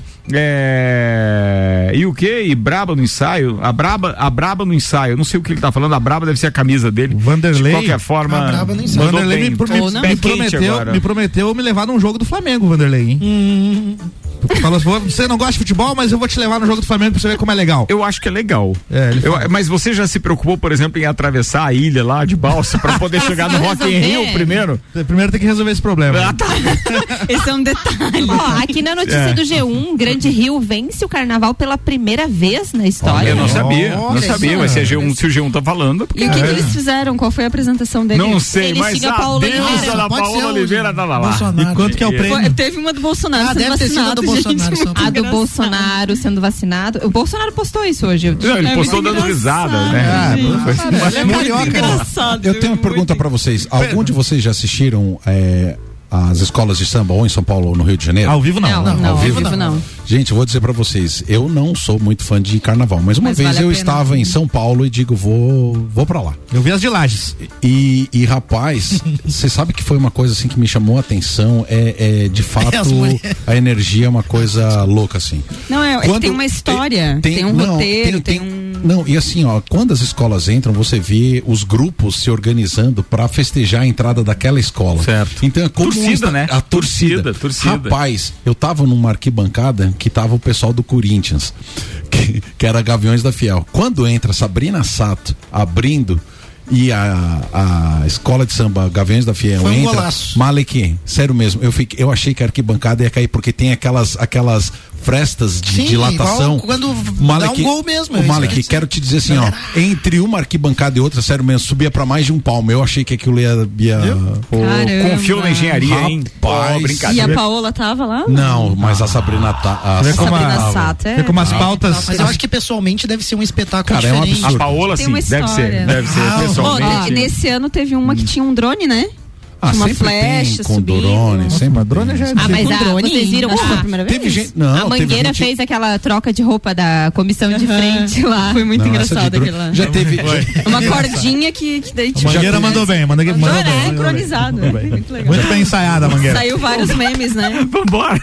Speaker 2: É... E o que? E braba no ensaio? A braba, a braba no ensaio. Eu Não sei o que ele tá falando, a braba deve ser a camisa dele.
Speaker 9: Vanderlei-
Speaker 2: De qualquer forma.
Speaker 7: A braba no ensaio.
Speaker 2: mandou
Speaker 9: Vanderlei
Speaker 2: bem.
Speaker 9: me, pro- me-
Speaker 3: Ou não.
Speaker 9: me
Speaker 2: Pé quente
Speaker 9: prometeu,
Speaker 2: agora.
Speaker 9: me prometeu me levar num jogo do Flamengo, Vanderlei, hein? Falou assim, "Vou- você não gosta de futebol, mas eu vou te levar no jogo do Flamengo pra você ver como é legal.
Speaker 2: Eu acho que é legal.
Speaker 9: É, ele
Speaker 2: Eu- mas você já se preocupou, por exemplo, em atravessar a ilha lá de balsa pra poder chegar no Rock in
Speaker 5: resolver.
Speaker 2: Rio primeiro?
Speaker 9: Primeiro tem que resolver esse problema.
Speaker 2: Ah, tá.
Speaker 3: Esse é um detalhe.
Speaker 5: Ó, aqui na notícia
Speaker 2: É.
Speaker 5: do G1, Grande Rio vence o carnaval pela primeira vez na história.
Speaker 2: Eu não sabia, não
Speaker 9: Olha
Speaker 2: sabia,
Speaker 9: só.
Speaker 2: mas se, a G1, se o G1 tá falando.
Speaker 3: E o que, que eles fizeram? Qual foi a apresentação dele?
Speaker 2: Não sei,
Speaker 5: Eles
Speaker 2: mas
Speaker 5: tinham
Speaker 2: a
Speaker 5: Paola
Speaker 2: deusa
Speaker 5: Oliveira.
Speaker 2: da
Speaker 7: Pode ser
Speaker 2: Paola
Speaker 7: o
Speaker 2: Oliveira tava lá.
Speaker 7: Bolsonaro.
Speaker 9: E quanto que é o prêmio?
Speaker 3: Foi- teve uma do Bolsonaro
Speaker 7: Ah,
Speaker 3: sendo
Speaker 7: deve ter sido
Speaker 3: vacinado,
Speaker 7: do Bolsonaro,
Speaker 3: gente,
Speaker 7: só.
Speaker 3: muito
Speaker 5: A do
Speaker 3: engraçado.
Speaker 5: Bolsonaro sendo vacinado. O Bolsonaro postou isso hoje. eu-
Speaker 2: Não, ele
Speaker 3: É
Speaker 2: postou
Speaker 3: muito
Speaker 2: dando
Speaker 3: engraçado,
Speaker 2: risada, né?
Speaker 3: gente.
Speaker 2: Foi-
Speaker 9: Mas é
Speaker 3: Muito
Speaker 9: carioca.
Speaker 3: engraçado.
Speaker 6: Eu tenho uma pergunta pra vocês. Algum de vocês já assistiram é, as escolas de samba ou em São Paulo ou no Rio de Janeiro?
Speaker 9: Ao vivo não.
Speaker 3: Não, não,
Speaker 6: ao
Speaker 3: ao
Speaker 6: vivo
Speaker 3: vivo não.
Speaker 6: Gente, eu vou dizer pra vocês, eu não sou muito fã de carnaval, mas uma
Speaker 3: Mas
Speaker 6: vez
Speaker 3: vale a
Speaker 6: eu
Speaker 3: pena.
Speaker 6: estava em São Paulo e digo, vou, vou para lá.
Speaker 9: Eu vi as de Lages.
Speaker 6: E, e,
Speaker 9: (laughs)
Speaker 6: rapaz, você sabe que foi uma coisa assim que me chamou a atenção. É, é,
Speaker 9: (laughs)
Speaker 6: de fato
Speaker 7: as mulheres.
Speaker 6: a energia é uma coisa louca assim.
Speaker 3: Não, é, é que
Speaker 6: Quando-
Speaker 3: tem uma história, tem, um
Speaker 6: não,
Speaker 3: roteiro, tem, um.
Speaker 6: Não, e assim, ó, quando as escolas entram, você vê os grupos se organizando pra festejar a entrada daquela escola.
Speaker 2: Certo.
Speaker 6: Então é como um
Speaker 2: Torcida,
Speaker 6: insta-
Speaker 2: né?
Speaker 6: A torcida.
Speaker 2: Torcida, torcida.
Speaker 7: É.
Speaker 6: Rapaz, eu tava numa arquibancada que tava o pessoal do Corinthians, (laughs) que, que era Gaviões da Fiel. Quando entra Sabrina Sato abrindo e a, a escola de samba Gaviões da Fiel
Speaker 7: Foi um
Speaker 6: entra,
Speaker 7: golaço.
Speaker 6: Malek, sério mesmo, eu, fiquei, eu achei que a arquibancada ia cair porque tem aquelas aquelas frestas de
Speaker 7: Sim,
Speaker 6: dilatação.
Speaker 7: igual quando dá um gol mesmo,
Speaker 6: O
Speaker 7: é
Speaker 6: Malek,
Speaker 7: isso.
Speaker 6: quero te dizer assim, ó, entre uma arquibancada e outra, sério mesmo, subia pra mais de um palmo. Eu achei que aquilo ia. ia-
Speaker 2: Pô,
Speaker 3: Caramba.
Speaker 2: Confiou na engenharia, hein?
Speaker 6: Rapaz.
Speaker 2: Pô,
Speaker 3: E a
Speaker 2: brincadeira.
Speaker 3: Paola tava lá?
Speaker 6: Não, mas a Sabrina tá. A
Speaker 9: Vê como,
Speaker 3: Sabrina
Speaker 9: a-
Speaker 3: Sato, é.
Speaker 9: vê como as
Speaker 3: Ah,
Speaker 9: pautas.
Speaker 7: Mas eu acho que pessoalmente deve ser um espetáculo
Speaker 6: Cara, é um
Speaker 7: diferente.
Speaker 2: A
Speaker 6: absurdo.
Speaker 2: Paola,
Speaker 3: Tem
Speaker 2: sim,
Speaker 3: uma
Speaker 2: deve
Speaker 3: história.
Speaker 2: ser. Deve ser,
Speaker 7: Ah,
Speaker 3: Ó, te-
Speaker 2: pessoalmente.
Speaker 3: nesse ano teve uma que tinha um drone, né?
Speaker 6: Ah,
Speaker 3: tinha uma
Speaker 6: sempre
Speaker 3: flecha
Speaker 6: tem com
Speaker 3: subindo.
Speaker 6: drone, sempre.
Speaker 9: Madrona já é
Speaker 5: Ah, mas
Speaker 3: Com
Speaker 5: a,
Speaker 3: drone?
Speaker 5: vocês viram
Speaker 3: Acho que foi a
Speaker 5: a,
Speaker 3: primeira vez.
Speaker 6: Teve gente. Não,
Speaker 5: a Mangueira
Speaker 6: teve gente,
Speaker 5: fez aquela troca de roupa da comissão de frente lá.
Speaker 3: Foi muito
Speaker 6: Não, essa de
Speaker 3: engraçado
Speaker 6: drone-
Speaker 3: aquilo lá.
Speaker 6: Já teve.
Speaker 2: É
Speaker 3: Uma cordinha que, que daí
Speaker 9: A Mangueira mandou bem, a Mangueira
Speaker 3: Mandou,
Speaker 9: mandou
Speaker 3: né?
Speaker 2: é,
Speaker 9: bem.
Speaker 3: Sincronizado.
Speaker 9: Mandou bem.
Speaker 3: Muito legal.
Speaker 9: Muito bem ensaiada a Mangueira.
Speaker 3: Saiu vários memes, né?
Speaker 2: (laughs) Vambora.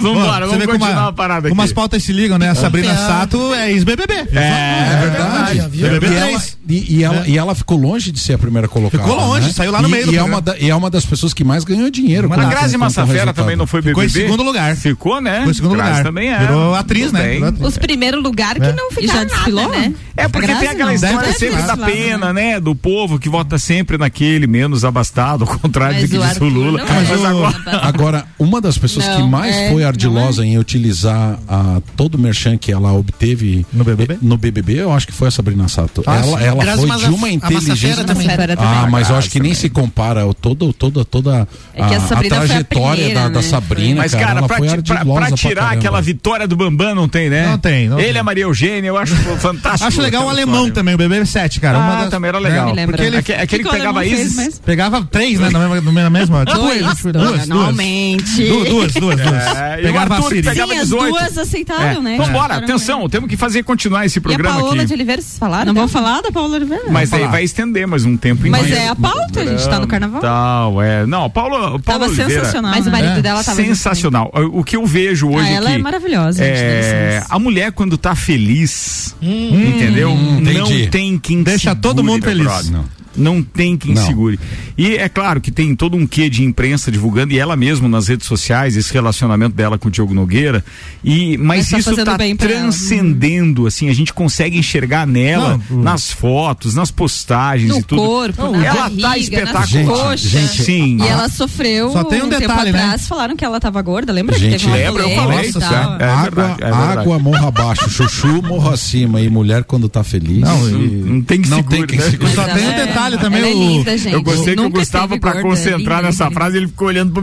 Speaker 9: Bom, você
Speaker 2: Vambora, vamos
Speaker 9: vê como é
Speaker 2: continuar a parada aqui.
Speaker 9: Como as pautas se ligam,
Speaker 2: Tá
Speaker 9: né? A Sabrina Sato é ex-BBB.
Speaker 2: É,
Speaker 7: verdade. Já viu?
Speaker 9: BBB
Speaker 6: E ela,
Speaker 9: 3.
Speaker 6: e, e ela, e ela ficou longe de ser a primeira colocada.
Speaker 9: Ficou longe,
Speaker 6: né?
Speaker 9: saiu lá no
Speaker 6: E-
Speaker 9: meio do
Speaker 6: e é
Speaker 9: programa.
Speaker 6: uma da- E é uma das pessoas que mais ganhou dinheiro.
Speaker 2: Mas
Speaker 6: com-
Speaker 2: a Grazi
Speaker 6: com- com o
Speaker 2: Massafera
Speaker 6: resultado.
Speaker 2: também não foi
Speaker 9: Ficou
Speaker 2: BBB?
Speaker 9: em segundo lugar.
Speaker 2: Ficou, né?
Speaker 9: Ficou em segundo
Speaker 2: Grazi
Speaker 9: lugar.
Speaker 2: também é.
Speaker 9: Virou atriz,
Speaker 2: Tudo
Speaker 9: né?
Speaker 2: bem.
Speaker 9: Virou atriz.
Speaker 5: Os primeiro lugar que
Speaker 9: É.
Speaker 5: não
Speaker 3: E já
Speaker 5: ficaram
Speaker 3: desfilou?
Speaker 5: nada, né?
Speaker 2: É porque
Speaker 3: Grazi
Speaker 2: tem aquela
Speaker 3: não,
Speaker 2: história
Speaker 9: deve ter
Speaker 2: sempre da
Speaker 3: desfilado,
Speaker 2: pena, né? Do povo que vota sempre naquele menos abastado, ao contrário do que disse o Lula.
Speaker 5: não
Speaker 2: Mas
Speaker 5: é.
Speaker 2: agora.
Speaker 6: Agora, uma das pessoas
Speaker 5: Não,
Speaker 6: que mais
Speaker 5: é,
Speaker 6: foi ardilosa em utilizar a, todo o merchan que ela obteve
Speaker 9: No BBB?
Speaker 6: no BBB, eu acho que foi a Sabrina Sato.
Speaker 9: Ah,
Speaker 6: ela
Speaker 9: sim.
Speaker 6: ela
Speaker 7: Grazi
Speaker 6: foi
Speaker 7: Massa-
Speaker 6: de uma
Speaker 7: a Massafera
Speaker 6: inteligência.
Speaker 7: também.
Speaker 5: Massafera
Speaker 6: Ah,
Speaker 5: também.
Speaker 6: mas eu acho que nem se compara o todo, toda, toda
Speaker 5: É que a Sabrina foi a
Speaker 6: trajetória
Speaker 5: primeira,
Speaker 6: da, da
Speaker 5: né?
Speaker 6: Sabrina.
Speaker 2: Mas, cara,
Speaker 6: ela
Speaker 2: pra,
Speaker 6: foi
Speaker 2: ti- pra-
Speaker 6: ardilosa
Speaker 2: pra
Speaker 6: pra
Speaker 2: tirar
Speaker 6: caramba.
Speaker 2: aquela vitória do Bambam, não tem, né?
Speaker 9: Não tem, não
Speaker 2: Ele
Speaker 9: tem.
Speaker 2: é Maria Eugênia, eu acho fantástico.
Speaker 9: Acho legal o
Speaker 2: aquela
Speaker 9: alemão
Speaker 2: história.
Speaker 9: também, o BBB7, cara.
Speaker 2: Ah, também era legal.
Speaker 5: Não me lembro.
Speaker 9: Porque ele
Speaker 2: Aque- Aquele é que
Speaker 3: o alemão
Speaker 2: pegava
Speaker 3: fez
Speaker 2: Isis.
Speaker 3: mesmo?
Speaker 9: pegava três, né? Na mesma. Na mesma tipo,
Speaker 5: Dois,
Speaker 9: duas,
Speaker 5: dois,
Speaker 9: duas, duas.
Speaker 3: Normalmente.
Speaker 9: Du- Duas, duas, duas.
Speaker 2: (laughs)
Speaker 9: É.
Speaker 2: É, e o
Speaker 9: Pegava a
Speaker 2: Arthur que
Speaker 9: Siri.
Speaker 2: pegava-
Speaker 3: Sim, as
Speaker 2: 18.
Speaker 3: duas aceitaram, né?
Speaker 2: Vamos embora,
Speaker 3: Aceitaram
Speaker 2: atenção, temos que fazer continuar esse
Speaker 5: E a
Speaker 2: programa
Speaker 5: Paola de
Speaker 2: aqui.
Speaker 5: Oliveira, vocês falaram?
Speaker 3: Não
Speaker 5: né?
Speaker 3: vão falar da Paula Oliveira?
Speaker 2: Mas
Speaker 9: Vamos
Speaker 2: aí
Speaker 9: falar.
Speaker 2: vai estender mais um tempo
Speaker 5: Mas
Speaker 2: inteiro.
Speaker 5: é a pauta, a gente tá no carnaval.
Speaker 2: Tal, é. Não, Paulo, Paulo
Speaker 3: Tava sensacional.
Speaker 5: Mas o marido
Speaker 9: É.
Speaker 5: dela tava junto
Speaker 2: sensacional. O que eu vejo hoje
Speaker 5: Ah, ela
Speaker 2: que,
Speaker 5: é maravilhosa, gente, dá
Speaker 2: É,
Speaker 5: licença.
Speaker 2: a mulher quando tá feliz, entendeu?
Speaker 6: entendi.
Speaker 2: não tem quem
Speaker 9: Deixa
Speaker 2: segure,
Speaker 9: todo mundo
Speaker 2: meu
Speaker 9: feliz.
Speaker 2: brother.
Speaker 6: Não.
Speaker 2: Não tem quem
Speaker 6: Não.
Speaker 2: segure. E é claro que tem todo um quê de imprensa divulgando e ela mesmo nas redes sociais esse relacionamento dela com o Diogo Nogueira. E mas
Speaker 5: Mas tá
Speaker 2: isso
Speaker 5: fazendo
Speaker 2: tá
Speaker 5: bem pra ela.
Speaker 2: transcendendo assim, a gente consegue enxergar nela Hum.
Speaker 9: Não, o-
Speaker 2: nas fotos, nas postagens
Speaker 5: No
Speaker 2: e tudo.
Speaker 5: corpo, na
Speaker 2: ela
Speaker 5: barriga,
Speaker 2: tá
Speaker 5: nas
Speaker 2: espetacular.
Speaker 5: coxas.
Speaker 2: Sim.
Speaker 5: E ela sofreu
Speaker 9: Só tem um
Speaker 5: tempo
Speaker 9: detalhe, né?
Speaker 5: atrás, falaram que ela tava gorda, lembra
Speaker 6: Gente,
Speaker 5: que teve uma
Speaker 2: lembra, eu
Speaker 5: polêmica
Speaker 2: falei,
Speaker 5: e
Speaker 2: isso,
Speaker 5: tal?
Speaker 2: é.
Speaker 6: água,
Speaker 2: verdade, é verdade.
Speaker 6: água morro abaixo, chuchu morro acima. E mulher quando tá feliz.
Speaker 9: Não,
Speaker 2: Não, não tem que
Speaker 6: Não
Speaker 2: segure,
Speaker 6: tem quem
Speaker 2: né?
Speaker 6: segure.
Speaker 9: Só
Speaker 5: Mas
Speaker 9: tem um
Speaker 5: ela é-
Speaker 9: detalhe também,
Speaker 5: ela é
Speaker 9: o-
Speaker 5: linda, gente.
Speaker 2: Eu gostei que o
Speaker 5: Nunca
Speaker 2: Gustavo,
Speaker 5: esteve
Speaker 2: pra
Speaker 5: gorda,
Speaker 2: concentrar
Speaker 5: linda, né?
Speaker 2: nessa
Speaker 5: linda.
Speaker 2: frase, ele ficou olhando pro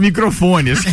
Speaker 9: (laughs)
Speaker 2: microfone, assim.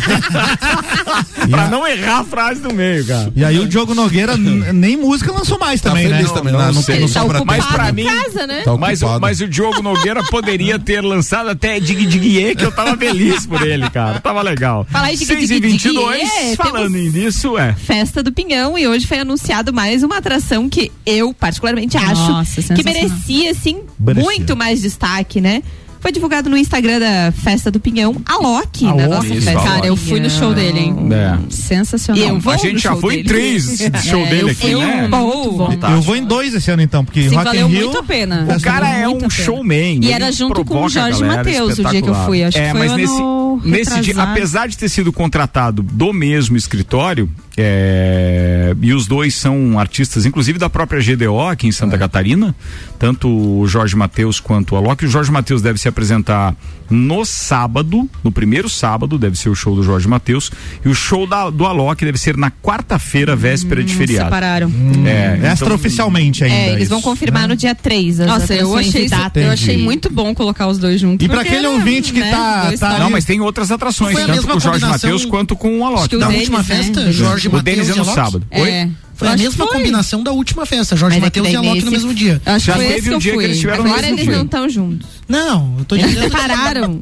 Speaker 2: pra não errar a frase no meio, cara.
Speaker 9: E aí o Diogo Nogueira n- nem música lançou mais
Speaker 6: Tá
Speaker 9: também,
Speaker 6: feliz
Speaker 9: né?
Speaker 6: também.
Speaker 2: Não,
Speaker 6: Não,
Speaker 2: não
Speaker 6: não,
Speaker 2: sei.
Speaker 6: não
Speaker 5: Ele tá
Speaker 6: sobra
Speaker 5: ocupado
Speaker 2: Mas pra
Speaker 5: em
Speaker 2: mim-
Speaker 5: casa, né?
Speaker 6: Tá
Speaker 2: Mas, o-
Speaker 6: ocupado.
Speaker 2: mas o Diogo Nogueira poderia ter lançado até Dig Digue, que eu tava feliz por ele, cara. Tava legal.
Speaker 5: Falar em Dig Dig
Speaker 2: 6h22,
Speaker 5: Digue,
Speaker 2: falando nisso, é.
Speaker 5: Festa do Pinhão e hoje foi anunciado mais uma atração que eu particularmente acho
Speaker 3: Nossa,
Speaker 5: que
Speaker 3: sensacional.
Speaker 5: merecia assim
Speaker 9: Merecia.
Speaker 5: muito mais destaque, né? Foi divulgado no Instagram da Festa do Pinhão, a Loki,
Speaker 9: Alok,
Speaker 5: na nossa
Speaker 2: isso,
Speaker 5: festa.
Speaker 2: Alok.
Speaker 3: Cara, eu fui no show dele, hein?
Speaker 2: É.
Speaker 3: Sensacional.
Speaker 5: Eu vou
Speaker 2: A
Speaker 5: no
Speaker 2: gente já
Speaker 5: show
Speaker 2: foi em
Speaker 5: dele.
Speaker 2: três show
Speaker 3: É,
Speaker 2: dele
Speaker 3: eu
Speaker 2: aqui,
Speaker 3: fui
Speaker 2: né?
Speaker 3: um
Speaker 5: Bom.
Speaker 3: muito bom.
Speaker 9: Eu vou em dois esse ano então, porque
Speaker 3: Sim,
Speaker 9: Rock in
Speaker 3: valeu
Speaker 9: Rio.
Speaker 3: muito a pena.
Speaker 2: O cara é um showman.
Speaker 5: E
Speaker 2: ele
Speaker 5: era junto com o
Speaker 2: provoca a
Speaker 5: Jorge
Speaker 2: galera, é
Speaker 5: Mateus o dia que eu fui, acho
Speaker 2: espetacular. né?
Speaker 5: que foi
Speaker 2: É, mas
Speaker 5: ano
Speaker 2: nesse, nesse dia,
Speaker 5: retrasado.
Speaker 2: apesar de ter sido contratado do mesmo escritório, é, e os dois são artistas, inclusive da própria GDO aqui em
Speaker 5: É.
Speaker 2: Santa Catarina, tanto o Jorge Mateus quanto o Alok. O Jorge Mateus deve se apresentar no sábado, no primeiro sábado, deve ser o show do Jorge Mateus, e o show da- do Alok deve ser na quarta-feira, véspera de feriado.
Speaker 5: Hum, Separaram.
Speaker 2: É, então-
Speaker 9: Extraoficialmente ainda.
Speaker 5: É, eles vão
Speaker 9: isso. né?
Speaker 5: confirmar no dia 3. as
Speaker 3: Nossa, eu
Speaker 5: atrações
Speaker 3: achei,
Speaker 5: e
Speaker 3: isso-
Speaker 5: data.
Speaker 3: eu
Speaker 9: Entendi.
Speaker 3: achei muito bom colocar os dois juntos.
Speaker 9: E pra
Speaker 3: porque
Speaker 9: aquele
Speaker 3: era,
Speaker 9: ouvinte que
Speaker 3: né,
Speaker 9: tá-
Speaker 3: dois
Speaker 9: tá-
Speaker 2: Não, mas tem outras atrações,
Speaker 7: Foi a
Speaker 2: tanto
Speaker 7: mesma
Speaker 2: com o Jorge
Speaker 7: combinação-
Speaker 2: Mateus quanto com o Alok. tá?
Speaker 3: Acho que o
Speaker 7: Da
Speaker 3: Denis,
Speaker 7: última
Speaker 3: né?
Speaker 7: festa, Jorge
Speaker 2: O Denis
Speaker 7: Mateus
Speaker 2: é
Speaker 7: e
Speaker 2: no
Speaker 7: Alok?
Speaker 2: sábado. Oi?
Speaker 3: É.
Speaker 7: Foi a
Speaker 3: Acho que
Speaker 7: mesma
Speaker 3: foi.
Speaker 7: combinação da última festa, Jorge
Speaker 5: Mas é que
Speaker 7: Mateus e
Speaker 5: daí
Speaker 7: Alok
Speaker 5: nesse-
Speaker 7: no mesmo dia.
Speaker 3: Acho
Speaker 2: Já
Speaker 3: que foi
Speaker 2: teve
Speaker 3: esse que
Speaker 2: um
Speaker 3: eu
Speaker 2: dia que
Speaker 3: fui.
Speaker 2: eles tiveram
Speaker 5: Agora
Speaker 2: mesmo
Speaker 5: eles
Speaker 2: dia.
Speaker 5: não estão juntos.
Speaker 7: Não, eu tô
Speaker 5: Eles
Speaker 7: dizendo.
Speaker 5: separaram.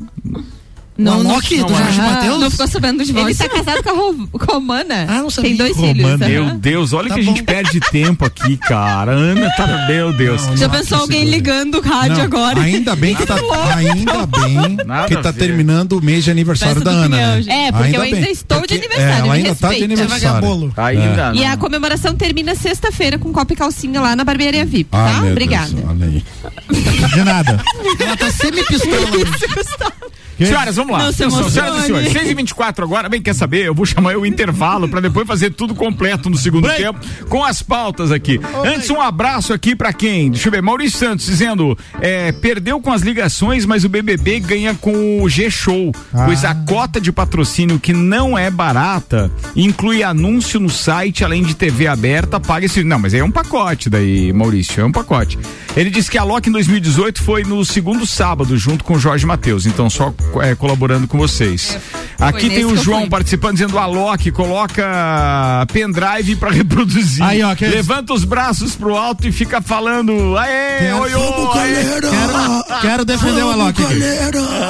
Speaker 7: O Alok do Jorge
Speaker 5: Ah,
Speaker 7: Mateus?
Speaker 5: Não ficou sabendo do divórcio. Ele tá casado com a Ro- com a Romana.
Speaker 7: Ah, não sabia.
Speaker 5: Tem dois
Speaker 9: Romana.
Speaker 5: filhos.
Speaker 2: Meu
Speaker 5: aham.
Speaker 2: Deus, olha
Speaker 7: Tá
Speaker 2: que a gente
Speaker 7: bom.
Speaker 2: perde tempo aqui, cara. Ana, tá, meu Deus.
Speaker 6: Não,
Speaker 3: Já
Speaker 6: não
Speaker 3: pensou
Speaker 6: acredito,
Speaker 3: alguém
Speaker 6: velho.
Speaker 3: ligando o rádio
Speaker 6: Não,
Speaker 3: agora?
Speaker 6: Ainda bem que tá, ainda bem
Speaker 2: Nada
Speaker 6: que
Speaker 2: a
Speaker 6: tá
Speaker 2: ver.
Speaker 6: terminando o mês de aniversário
Speaker 3: Festa
Speaker 6: da
Speaker 3: do
Speaker 6: Ana.
Speaker 3: Pinhão,
Speaker 6: né?
Speaker 3: gente.
Speaker 5: É, porque eu ainda
Speaker 6: bem.
Speaker 5: estou de
Speaker 6: Porque
Speaker 5: aniversário,
Speaker 6: Ela
Speaker 5: me
Speaker 6: ainda tá de
Speaker 5: respeita.
Speaker 6: aniversário.
Speaker 7: Vagabolo.
Speaker 2: Ainda não.
Speaker 5: E a comemoração termina sexta-feira com um copo e calcinha lá na barbearia VIP,
Speaker 6: Ah,
Speaker 5: tá?
Speaker 6: meu
Speaker 5: Obrigada.
Speaker 6: Deus, olha aí.
Speaker 9: De nada.
Speaker 7: Ela tá semi-pistola.
Speaker 2: Senhoras, vamos lá.
Speaker 3: Não se
Speaker 2: Atenção,
Speaker 3: emocione.
Speaker 2: senhoras e senhores, 6 e 24 agora. Bem, quer saber? Eu vou chamar o intervalo pra depois fazer tudo completo no segundo tempo com as pautas aqui. Antes, um abraço aqui pra quem? Deixa eu ver. Maurício Santos dizendo: é, perdeu com as ligações, mas o BBB ganha com o G-Show, pois a cota de patrocínio, que não é barata, inclui anúncio no site, além de TV aberta, paga esse. Não, mas aí é um pacote daí, Maurício, é um pacote. Ele disse que a Loki em 2018 foi no segundo sábado, junto com o Jorge Matheus, então só é, colaborando com vocês. Aqui
Speaker 5: nesse
Speaker 2: tem o
Speaker 5: que eu
Speaker 2: João
Speaker 5: fui.
Speaker 2: participando dizendo a Loki coloca pendrive pra (laughs) reproduzir.
Speaker 9: Aí, ó, que-
Speaker 2: Levanta os braços pro alto e fica falando: aê, oi, oi, aê."
Speaker 9: Quero,
Speaker 2: (laughs)
Speaker 9: quero defender o Alok. aqui.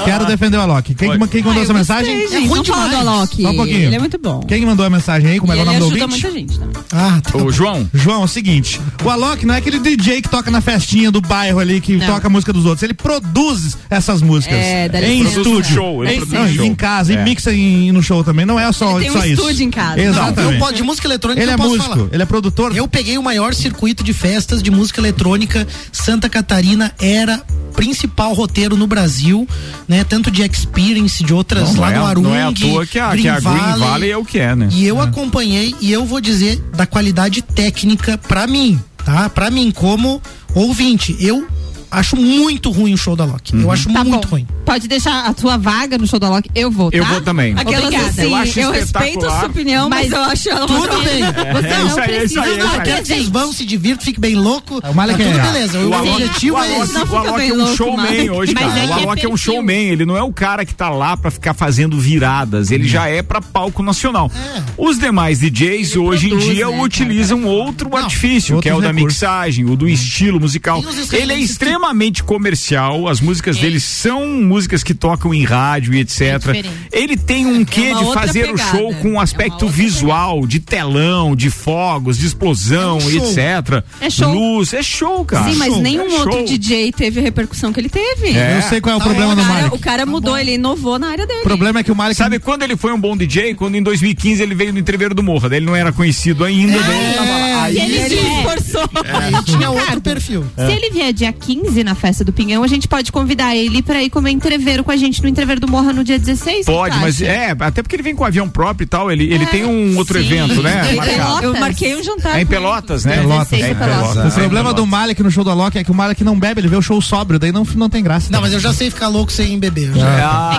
Speaker 9: Quero defender o Alok. Quem, que- quem que mandou essa mensagem? É
Speaker 3: Gente,
Speaker 7: ruim
Speaker 3: vamos falar do
Speaker 7: demais.
Speaker 3: Alok.
Speaker 9: Só um pouquinho.
Speaker 3: Ele é muito bom.
Speaker 9: Quem que mandou a mensagem aí? Como é
Speaker 3: E
Speaker 9: que é o
Speaker 3: ele
Speaker 9: nome do
Speaker 3: ajuda
Speaker 9: ouvinte?
Speaker 3: muita gente também.
Speaker 7: Ah, tá.
Speaker 2: Ô, João,
Speaker 9: João, é o seguinte, o Alok não é aquele DJ que toca na festinha do bairro ali, que
Speaker 3: Não.
Speaker 9: toca a música dos outros. Ele produz essas músicas.
Speaker 3: É, dá
Speaker 9: em
Speaker 3: licença.
Speaker 9: estúdio.
Speaker 2: Show, ele
Speaker 9: em,
Speaker 2: produz
Speaker 9: não,
Speaker 2: show.
Speaker 9: em casa,
Speaker 2: É.
Speaker 9: e mixa em- no show também. Não é só,
Speaker 3: Ele tem um
Speaker 9: só isso.
Speaker 3: estúdio em casa.
Speaker 9: Exatamente.
Speaker 7: Não pode de música eletrônica,
Speaker 9: ele
Speaker 7: eu
Speaker 9: é
Speaker 7: posso
Speaker 9: músico,
Speaker 7: falar.
Speaker 9: ele é produtor.
Speaker 7: Eu peguei o maior circuito de festas de música eletrônica Santa Catarina era principal roteiro no Brasil, né? Tanto de Experience, de outras
Speaker 2: Não,
Speaker 7: lá
Speaker 2: é-
Speaker 7: no Arung,
Speaker 2: não é à toa que a- que a Green Valley é o que é, né?
Speaker 7: E eu acompanhei e eu vou dizer da qualidade técnica pra mim, tá? Pra mim como ouvinte, eu acho muito ruim o show da Loki. Eu acho
Speaker 5: Tá
Speaker 7: muito
Speaker 5: bom.
Speaker 7: ruim.
Speaker 5: Pode deixar a tua vaga no show da Loki. Eu vou, tá?
Speaker 2: Eu vou também.
Speaker 3: Aquelas
Speaker 5: Obrigada.
Speaker 3: assim, eu,
Speaker 2: Eu acho
Speaker 3: respeito a
Speaker 2: espetacular.
Speaker 3: sua opinião, mas,
Speaker 5: Mas
Speaker 3: eu acho ela uma
Speaker 7: Tudo bem.
Speaker 5: Você
Speaker 2: É,
Speaker 5: não
Speaker 2: isso aí, é isso
Speaker 5: precisa
Speaker 2: aí, é isso
Speaker 5: dar
Speaker 2: aí.
Speaker 7: Quer que vocês
Speaker 5: presente.
Speaker 7: vão, se divirtam, fiquem bem louco.
Speaker 9: É uma
Speaker 7: tá tudo
Speaker 9: alegria.
Speaker 7: beleza.
Speaker 2: O
Speaker 7: O
Speaker 2: Alok,
Speaker 7: objetivo
Speaker 2: o
Speaker 7: é
Speaker 2: Alok-
Speaker 7: esse.
Speaker 3: Não
Speaker 2: o
Speaker 3: fica
Speaker 2: Alok
Speaker 3: bem
Speaker 2: é um
Speaker 3: louco,
Speaker 2: showman
Speaker 3: mas-
Speaker 2: hoje,
Speaker 5: mas
Speaker 2: cara.
Speaker 5: é
Speaker 2: o
Speaker 5: que é
Speaker 2: Alok é um
Speaker 5: perfil.
Speaker 2: showman, ele não é o cara que tá lá pra ficar fazendo viradas, ele já é pra palco nacional. Os demais DJs hoje em
Speaker 5: produz,
Speaker 2: dia
Speaker 5: né, cara,
Speaker 2: utilizam outro artifício, que é o
Speaker 9: outros
Speaker 2: da
Speaker 9: recursos.
Speaker 2: mixagem, o do estilo musical.
Speaker 7: Tem os instrumentos
Speaker 2: Ele é
Speaker 7: que-
Speaker 2: extremamente comercial, as músicas dele são músicas que tocam em rádio e etc.
Speaker 5: diferente.
Speaker 2: ele tem um quê
Speaker 3: uma
Speaker 2: de
Speaker 3: outra
Speaker 2: fazer o
Speaker 3: pegada.
Speaker 2: show
Speaker 3: É
Speaker 2: com um
Speaker 3: uma
Speaker 2: aspecto
Speaker 3: outra
Speaker 2: visual, de telão, de fogos, de explosão, e
Speaker 7: show.
Speaker 2: etc.
Speaker 5: É show.
Speaker 2: Luz, é show, cara.
Speaker 3: Sim, mas
Speaker 2: Show.
Speaker 3: nenhum
Speaker 2: É
Speaker 3: outro
Speaker 2: show.
Speaker 3: DJ teve a repercussão que ele teve. Então,
Speaker 2: É.
Speaker 9: Eu sei qual é o
Speaker 7: Tá
Speaker 9: problema
Speaker 7: bom,
Speaker 9: do
Speaker 3: O cara,
Speaker 9: Malik.
Speaker 3: o cara mudou, ele inovou na área dele.
Speaker 9: O problema é que o Malik
Speaker 2: Sabe quando ele foi um bom DJ? Quando em 2015 ele veio no entreveiro do Morro. Daí ele não era conhecido ainda. daí
Speaker 3: Tá
Speaker 2: ele tava lá. Aí-
Speaker 7: É,
Speaker 5: Ele É. se esforçou.
Speaker 7: ele tinha outro perfil.
Speaker 2: É.
Speaker 5: Se ele vier dia 15 na festa do Pinhão, a gente pode convidar ele pra ir comer entreveiro com a gente no entreveiro do Morra no dia 16?
Speaker 2: Pode,
Speaker 5: O que tu
Speaker 2: mas
Speaker 5: acha?
Speaker 2: é, até porque ele vem com avião próprio e tal, ele, ele tem um outro
Speaker 5: Sim.
Speaker 2: evento, né?
Speaker 5: Ele-
Speaker 2: marcado.
Speaker 5: Pelotas.
Speaker 3: Eu marquei um jantar.
Speaker 2: É em
Speaker 3: com ele.
Speaker 2: Pelotas, né?
Speaker 9: Pelotas,
Speaker 2: É em
Speaker 5: é Pelotas.
Speaker 2: Pelotas.
Speaker 9: O problema do Malik no show da Loki é que o Malik não bebe, ele vê o show sóbrio, daí não, não tem graça.
Speaker 7: Não, mas eu já sei ficar louco sem beber. Já.
Speaker 2: Ah,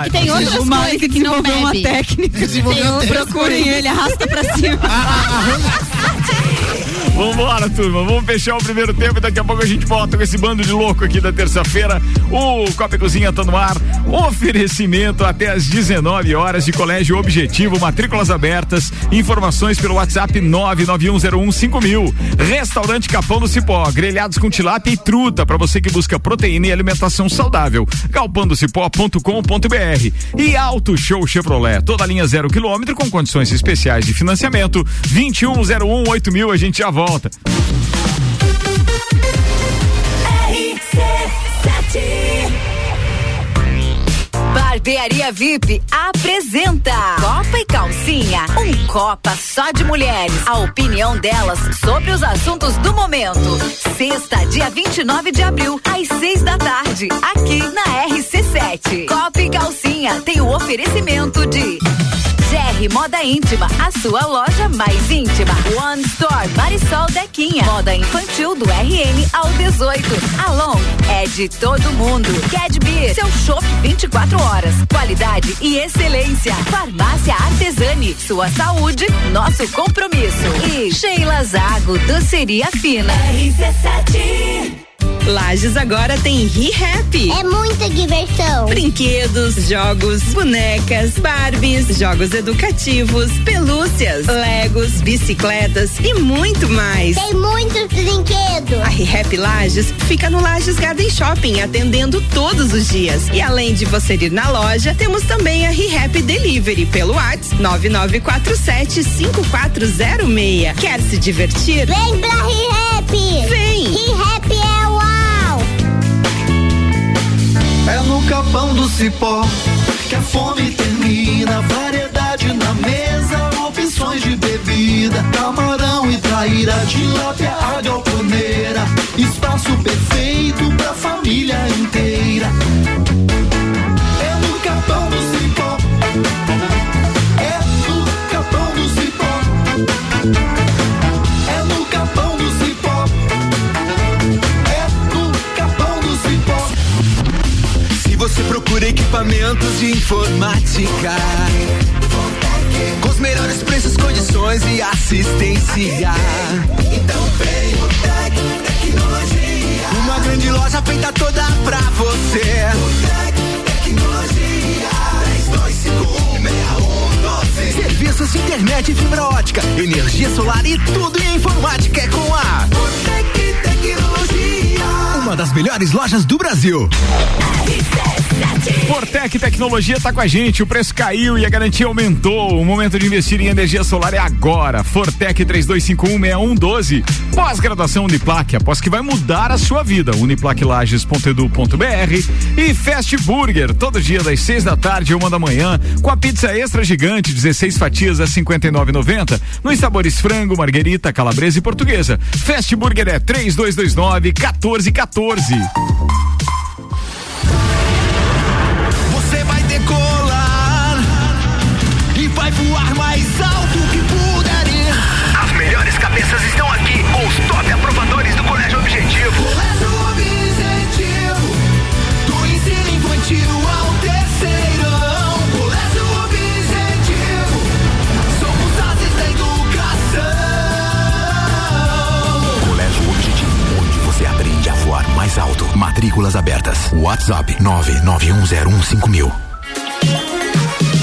Speaker 5: É que tem outras
Speaker 3: O
Speaker 5: coisas
Speaker 3: Malik
Speaker 5: que não bebe.
Speaker 3: desenvolveu uma técnica.
Speaker 7: Desenvolveu uma técnica.
Speaker 3: Procurem ele, arrasta pra cima.
Speaker 2: Vambora, turma. Vamos fechar o primeiro tempo e daqui a pouco a gente volta com esse bando de louco aqui da terça-feira. O Copa e Cozinha tá no ar. Oferecimento até às 19 horas de Colégio Objetivo, matrículas abertas. Informações pelo WhatsApp 991015000. Restaurante Capão do Cipó, grelhados com tilápia e truta para você que busca proteína e alimentação saudável. galpandocipó.com.br e Auto Show Chevrolet, toda linha zero quilômetro com condições especiais de financiamento. 2101 8000, a gente já volta.
Speaker 1: Barbearia VIP apresenta Copa e Calcinha, um Copa só de mulheres. A opinião delas sobre os assuntos do momento. Sexta, dia 29 de abril, às seis da tarde, aqui na RC7. Copa e Calcinha tem o oferecimento de. GR Moda Íntima, a sua loja mais íntima. One Store, Marisol Dequinha. Moda infantil do RN ao 18. Alon, é de todo mundo. Cad Beer, seu chopp 24 horas. Qualidade e excelência. Farmácia Artesani, sua saúde, nosso compromisso. E Sheila Zago, doceria fina.
Speaker 11: Lages agora tem ReHap.
Speaker 12: É muita diversão.
Speaker 11: Brinquedos, jogos, bonecas, Barbies, jogos educativos, pelúcias, Legos, bicicletas e muito mais.
Speaker 12: Tem muitos brinquedos.
Speaker 11: A ReHap Lages fica no Lages Garden Shopping, atendendo todos os dias. E além de você ir na loja, temos também a ReHap Delivery pelo WhatsApp 99475406. Quer se divertir?
Speaker 12: Vem pra Rap.
Speaker 11: Vem!
Speaker 12: Rap é uau.
Speaker 8: É no capão do cipó que a fome termina. Variedade na mesa, opções de bebida. Camarão e traíra, tilápia, a galponeira. Espaço perfeito pra família inteira. É no capão do cipó. É no capão do cipó. É no capão do cipó. É no capão do cipó. então. Se você procura equipamentos de informática Com os melhores preços, condições e assistência Então vem o Tec Tecnologia Uma grande loja feita toda pra você Tec Tecnologia 32516112 Serviços de internet, fibra ótica, energia solar e tudo em informática é com a Tec Tecnologia Uma das melhores lojas do Brasil
Speaker 2: Fortec Tecnologia tá com a gente, o preço caiu e a garantia aumentou. O momento de investir em energia solar é agora. Fortec 32516112. Pós-graduação Uniplac, após que vai mudar a sua vida. Uniplaclages.edu.br e Fast Burger, todo dia das seis da tarde e uma da manhã, com a pizza extra gigante, 16 fatias a 59,90, nos sabores frango, marguerita, calabresa e portuguesa. Fast Burger é 3229 1414.
Speaker 8: matrículas abertas. WhatsApp 991015000.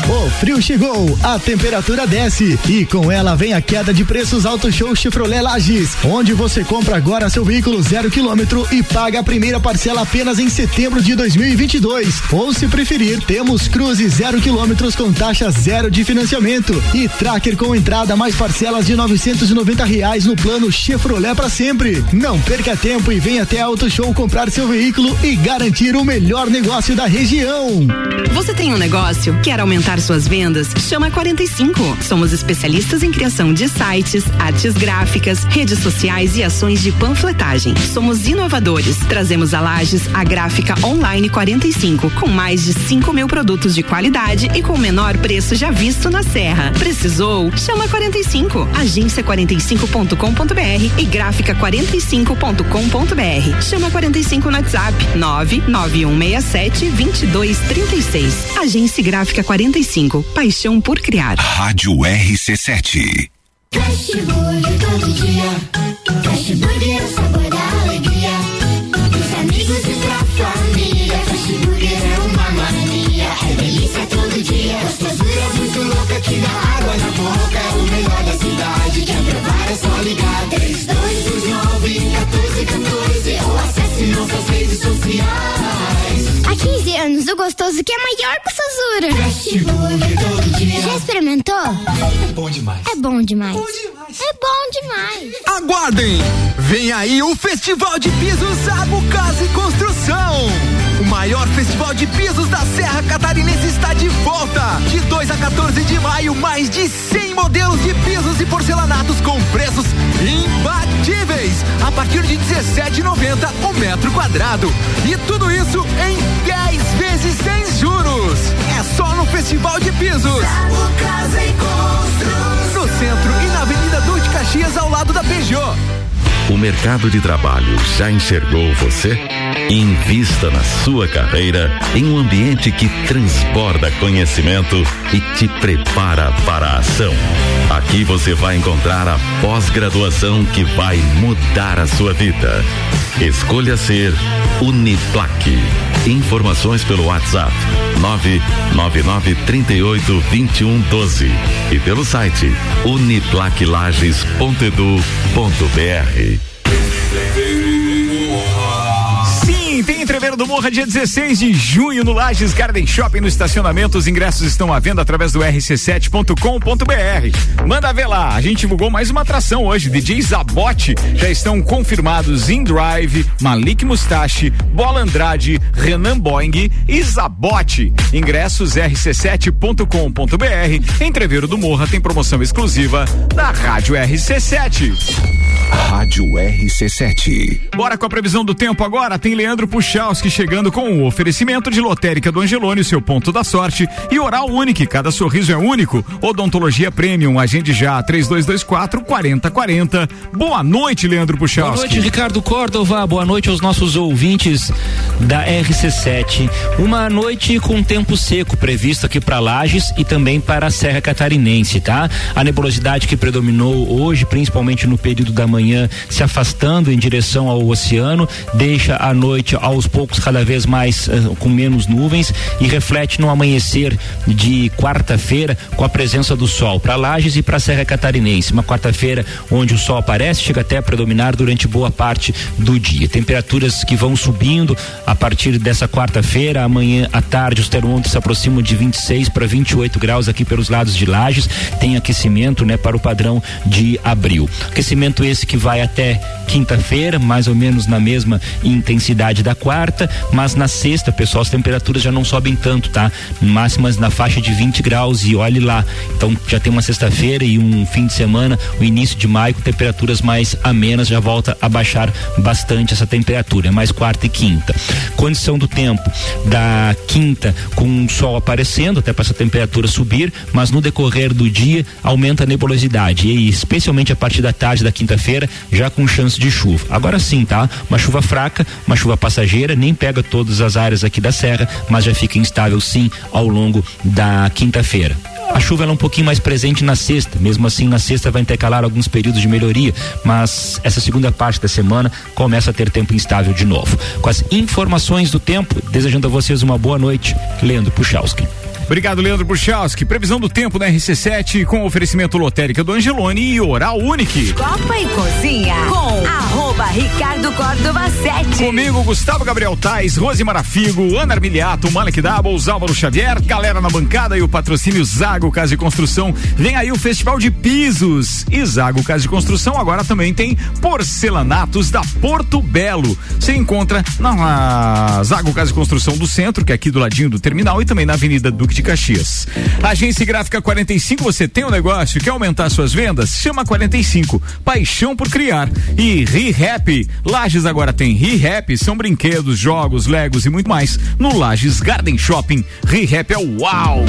Speaker 13: O frio chegou, a temperatura desce e com ela vem a queda de preços Auto Show Chevrolet Lages, onde você compra agora seu veículo zero quilômetro e paga a primeira parcela apenas em setembro de 2022. Ou se preferir, temos Cruze zero quilômetros com taxa zero de financiamento e Tracker com entrada mais parcelas de 990 reais no plano Chevrolet para sempre. Não perca tempo e venha até a Auto Show comprar seu veículo e garantir o melhor negócio da região.
Speaker 10: Você tem um negócio? Quer aumentar suas vendas? Chama 45. Somos especialistas em criação de sites, artes gráficas, redes sociais e ações de panfletagem. Somos inovadores. Trazemos a Lages a gráfica online 45, com mais de 5 mil produtos de qualidade e com o menor preço já visto na Serra. Precisou? Chama 45. Agência45.com.br e gráfica45.com.br. Chama 45 no WhatsApp 99167 2236. Agência Gráfica 45. Paixão por criar.
Speaker 8: Rádio RC7.
Speaker 12: Cashburger todo dia. Cashburger é o sabor da alegria. Dos amigos e pra família. Cashburger é uma mania. É delícia todo dia. Gostosura é muito louca que dá água na boca. É o melhor da cidade. Quer provar é só ligar. um, 3229 1414 ou acesse nossas redes sociais.
Speaker 14: Há 15 anos, o gostoso que é maior que o
Speaker 12: Cashburger todo dia.
Speaker 14: Já experimentou? É
Speaker 8: bom demais.
Speaker 14: É bom demais. É bom demais.
Speaker 15: Aguardem! Vem aí o Festival de Pisos Zago Casa e Construção. O maior festival de pisos da Serra Catarinense está de volta. De 2 a 14 de maio, mais de 100 modelos de pisos e porcelanatos com preços imbatíveis. A partir de 17,90 o metro quadrado. E tudo isso em 10 vezes sem juros. É só no Festival de Pisos.
Speaker 12: Zago Casa e Construção.
Speaker 15: No centro e na Avenida Duque Caxias, ao lado da Peugeot.
Speaker 16: O mercado de trabalho já enxergou você? Invista na sua carreira em um ambiente que transborda conhecimento e te prepara para a ação. Aqui você vai encontrar a pós-graduação que vai mudar a sua vida. Escolha ser Uniplaque. Informações pelo WhatsApp 999382112 e pelo site uniplaquilages.edu.br.
Speaker 2: Sim, tem entreveiro do Morra dia 16 de junho no Lages Garden Shopping no estacionamento. Os ingressos estão à venda através do rc7.com.br. Manda ver lá. A gente divulgou mais uma atração hoje. DJ Zabote já estão confirmados In Drive, Malik Mustache, Bola Andrade, Renan Boing e Zabote. Ingressos rc7.com.br. Entreveiro do Morra tem promoção exclusiva da Rádio RC7.
Speaker 6: É.
Speaker 8: Rádio RC7.
Speaker 2: Bora com a previsão do tempo agora. Tem Leandro Puchalski chegando com o oferecimento de lotérica do Angelone, seu ponto da sorte e oral único. Cada sorriso é único. Odontologia Premium. Agende já 3224 4040. Boa noite, Leandro
Speaker 17: Boa
Speaker 2: Puchalski.
Speaker 17: noite, Ricardo Córdova. Boa noite aos nossos ouvintes da RC7. Uma noite com tempo seco previsto aqui para Lages e também para a Serra Catarinense, tá? A nebulosidade que predominou hoje, principalmente no período da manhã, se afastando em direção ao oceano, deixa a noite aos poucos cada vez mais eh, com menos nuvens e reflete no amanhecer de quarta-feira com a presença do sol para Lages e para a Serra Catarinense. Uma quarta-feira onde o sol aparece, chega até a predominar durante boa parte do dia. Temperaturas que vão subindo a partir dessa quarta-feira, amanhã à tarde os termômetros se aproximam de 26 para 28 graus aqui pelos lados de Lages. Tem aquecimento, né, para o padrão de abril. Aquecimento esse que vai até quinta-feira, mais ou menos na mesma intensidade da quarta, mas na sexta, pessoal, as temperaturas já não sobem tanto, tá? Máximas na faixa de 20 graus e olhe lá. Então já tem uma sexta-feira e um fim de semana, o início de maio, com temperaturas mais amenas, já volta a baixar bastante essa temperatura, É mais quarta e quinta. Condição do tempo da quinta com o sol aparecendo, até para essa temperatura subir, mas no decorrer do dia aumenta a nebulosidade e aí, especialmente a partir da tarde da quinta-feira, já com chance de chuva. Agora sim, tá? Uma chuva fraca, uma chuva passageira, nem pega todas as áreas aqui da serra, mas já fica instável sim ao longo da quinta-feira. A chuva ela é um pouquinho mais presente na sexta, mesmo assim na sexta vai intercalar alguns períodos de melhoria, mas essa segunda parte da semana começa a ter tempo instável de novo. Com as informações do tempo, desejando a vocês uma boa noite, Leandro Puchalski.
Speaker 2: Obrigado, Leandro Puchalski. Previsão do tempo na RC7 com oferecimento lotérica do Angelone e Oral Unique.
Speaker 1: Copa e Cozinha com arroba Ricardo Córdova 7.
Speaker 2: Comigo, Gustavo Gabriel Tais, Rose Marafigo, Ana Armiliato, Malek Doubles, Álvaro Xavier, galera na bancada e o patrocínio Zago Casa de Construção. Vem aí o Festival de Pisos e Zago Casa de Construção agora também tem porcelanatos da Porto Belo. Você encontra na Zago Casa de Construção do Centro, que é aqui do ladinho do terminal e também na Avenida Duque de Caxias. Agência Gráfica 45, você tem um negócio, quer aumentar suas vendas? Chama 45, paixão por criar e ReHap. Lages agora tem ReHap, são brinquedos, jogos, legos e muito mais no Lages Garden Shopping. ReHap é uau!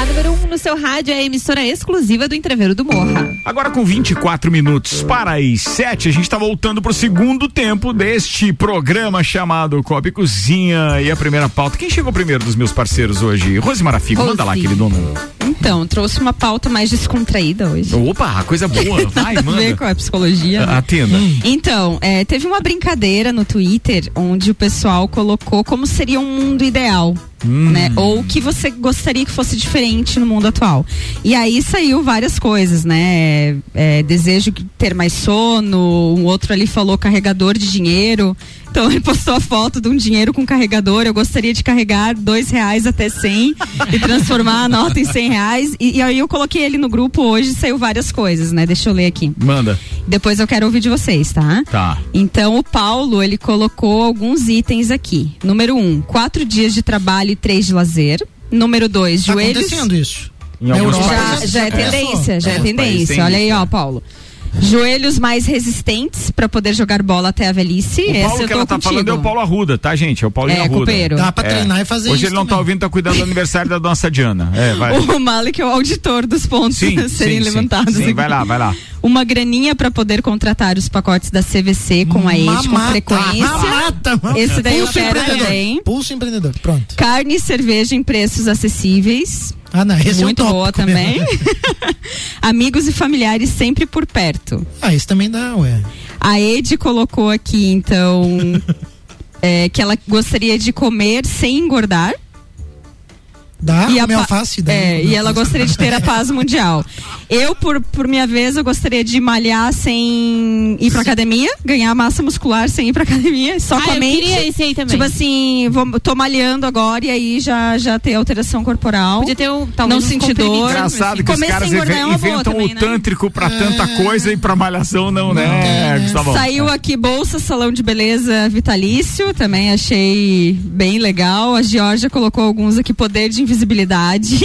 Speaker 5: A número 1 um no seu rádio é a emissora exclusiva do Entreveiro do Morra.
Speaker 2: Agora com 24 minutos para as 7, a gente está voltando pro segundo tempo deste programa chamado Copa e Cozinha. E a primeira pauta. Quem chegou primeiro dos meus parceiros hoje? Rose Marafico, manda lá,
Speaker 3: Rose.
Speaker 2: querido.
Speaker 3: Então, trouxe uma pauta mais descontraída hoje.
Speaker 2: Opa,
Speaker 3: (laughs)
Speaker 2: coisa boa. Vai,
Speaker 3: Nada a ver
Speaker 2: manda. Ah,
Speaker 3: com a psicologia. né?
Speaker 2: Atenda.
Speaker 3: Então, é, teve uma brincadeira no Twitter onde o pessoal colocou como seria um mundo ideal. Né? Ou o que você gostaria que fosse diferente no mundo atual. E aí saiu várias coisas, né? É, desejo de ter mais sono, um outro ali falou carregador de dinheiro. Então ele postou a foto de um dinheiro com carregador. Eu gostaria de carregar dois reais até cem e transformar a nota em cem reais. E, e aí eu coloquei ele no grupo hoje, saiu várias coisas, né? Deixa eu ler aqui.
Speaker 2: Manda.
Speaker 3: Depois eu quero ouvir de vocês, tá?
Speaker 2: Tá.
Speaker 3: Então o Paulo, ele colocou alguns itens aqui. Número um, quatro dias de trabalho e três de lazer. Número dois,
Speaker 7: Tá
Speaker 3: joelhos.
Speaker 7: acontecendo isso.
Speaker 2: Em
Speaker 7: alguns
Speaker 3: já,
Speaker 7: países.
Speaker 3: já é tendência, já é
Speaker 7: Alguns países
Speaker 3: tendência.
Speaker 7: tem
Speaker 3: Olha
Speaker 7: isso,
Speaker 3: aí,
Speaker 2: é.
Speaker 3: ó, Paulo. Joelhos mais resistentes pra poder jogar bola até a velhice.
Speaker 2: O
Speaker 3: Essa
Speaker 2: Paulo
Speaker 3: eu
Speaker 2: que
Speaker 3: tô
Speaker 2: ela tá
Speaker 3: contigo.
Speaker 2: falando é o Paulo Arruda, tá, gente? É o Paulinho
Speaker 3: É,
Speaker 2: Arruda.
Speaker 3: copeiro. Dá pra
Speaker 2: É.
Speaker 3: treinar e fazer
Speaker 2: Hoje
Speaker 3: isso
Speaker 2: ele não tá ouvindo, tá cuidando do aniversário da nossa Diana. É,
Speaker 3: (laughs)
Speaker 2: vai.
Speaker 3: O Malik é o auditor dos pontos a (laughs) serem
Speaker 2: sim,
Speaker 3: levantados.
Speaker 2: Sim,
Speaker 3: aqui.
Speaker 2: vai lá, vai lá.
Speaker 3: Uma graninha pra poder contratar os pacotes da CVC com a EIT com
Speaker 7: Mamata,
Speaker 3: frequência.
Speaker 7: mamata, mamata.
Speaker 3: Esse daí eu
Speaker 7: Pulso
Speaker 3: quero
Speaker 7: empreendedor.
Speaker 3: também.
Speaker 7: Pulso empreendedor, pronto.
Speaker 3: Carne e cerveja em preços acessíveis.
Speaker 7: Ah, não, esse é um
Speaker 3: Muito boa
Speaker 7: tópico mesmo. (laughs)
Speaker 3: também. Amigos e familiares sempre por perto.
Speaker 7: Ah, isso também dá, ué.
Speaker 3: A Ed colocou
Speaker 7: (laughs)
Speaker 3: aqui, então, é, que ela gostaria de comer sem engordar.
Speaker 7: Dá,
Speaker 3: e a
Speaker 7: comer
Speaker 3: pa-
Speaker 7: alface, daí,
Speaker 3: é,
Speaker 7: comer
Speaker 3: e ela
Speaker 7: alface.
Speaker 3: gostaria de ter
Speaker 7: (laughs)
Speaker 3: a paz mundial. Eu, por, por minha vez, eu gostaria de malhar sem ir pra academia, ganhar massa muscular sem ir pra academia, só
Speaker 5: Ah,
Speaker 3: com a
Speaker 5: eu
Speaker 3: mente.
Speaker 5: queria esse aí também.
Speaker 3: Tipo assim, vou, tô malhando agora e aí já, já ter alteração corporal. Podia
Speaker 5: ter um,
Speaker 3: não
Speaker 5: talvez uns
Speaker 3: sentir dor.
Speaker 5: comprimidos, assim,
Speaker 2: Engraçado que os
Speaker 3: Comer
Speaker 2: caras
Speaker 3: sem engordar é
Speaker 2: inven-
Speaker 3: uma boa
Speaker 2: inventam
Speaker 3: também,
Speaker 2: o
Speaker 3: né?
Speaker 2: tântrico pra tanta coisa e pra malhação não, né, Gustavão?
Speaker 3: Saiu aqui Bolsa Salão de Beleza Vitalício, também achei bem legal. A Georgia colocou alguns aqui, poder de invisibilidade.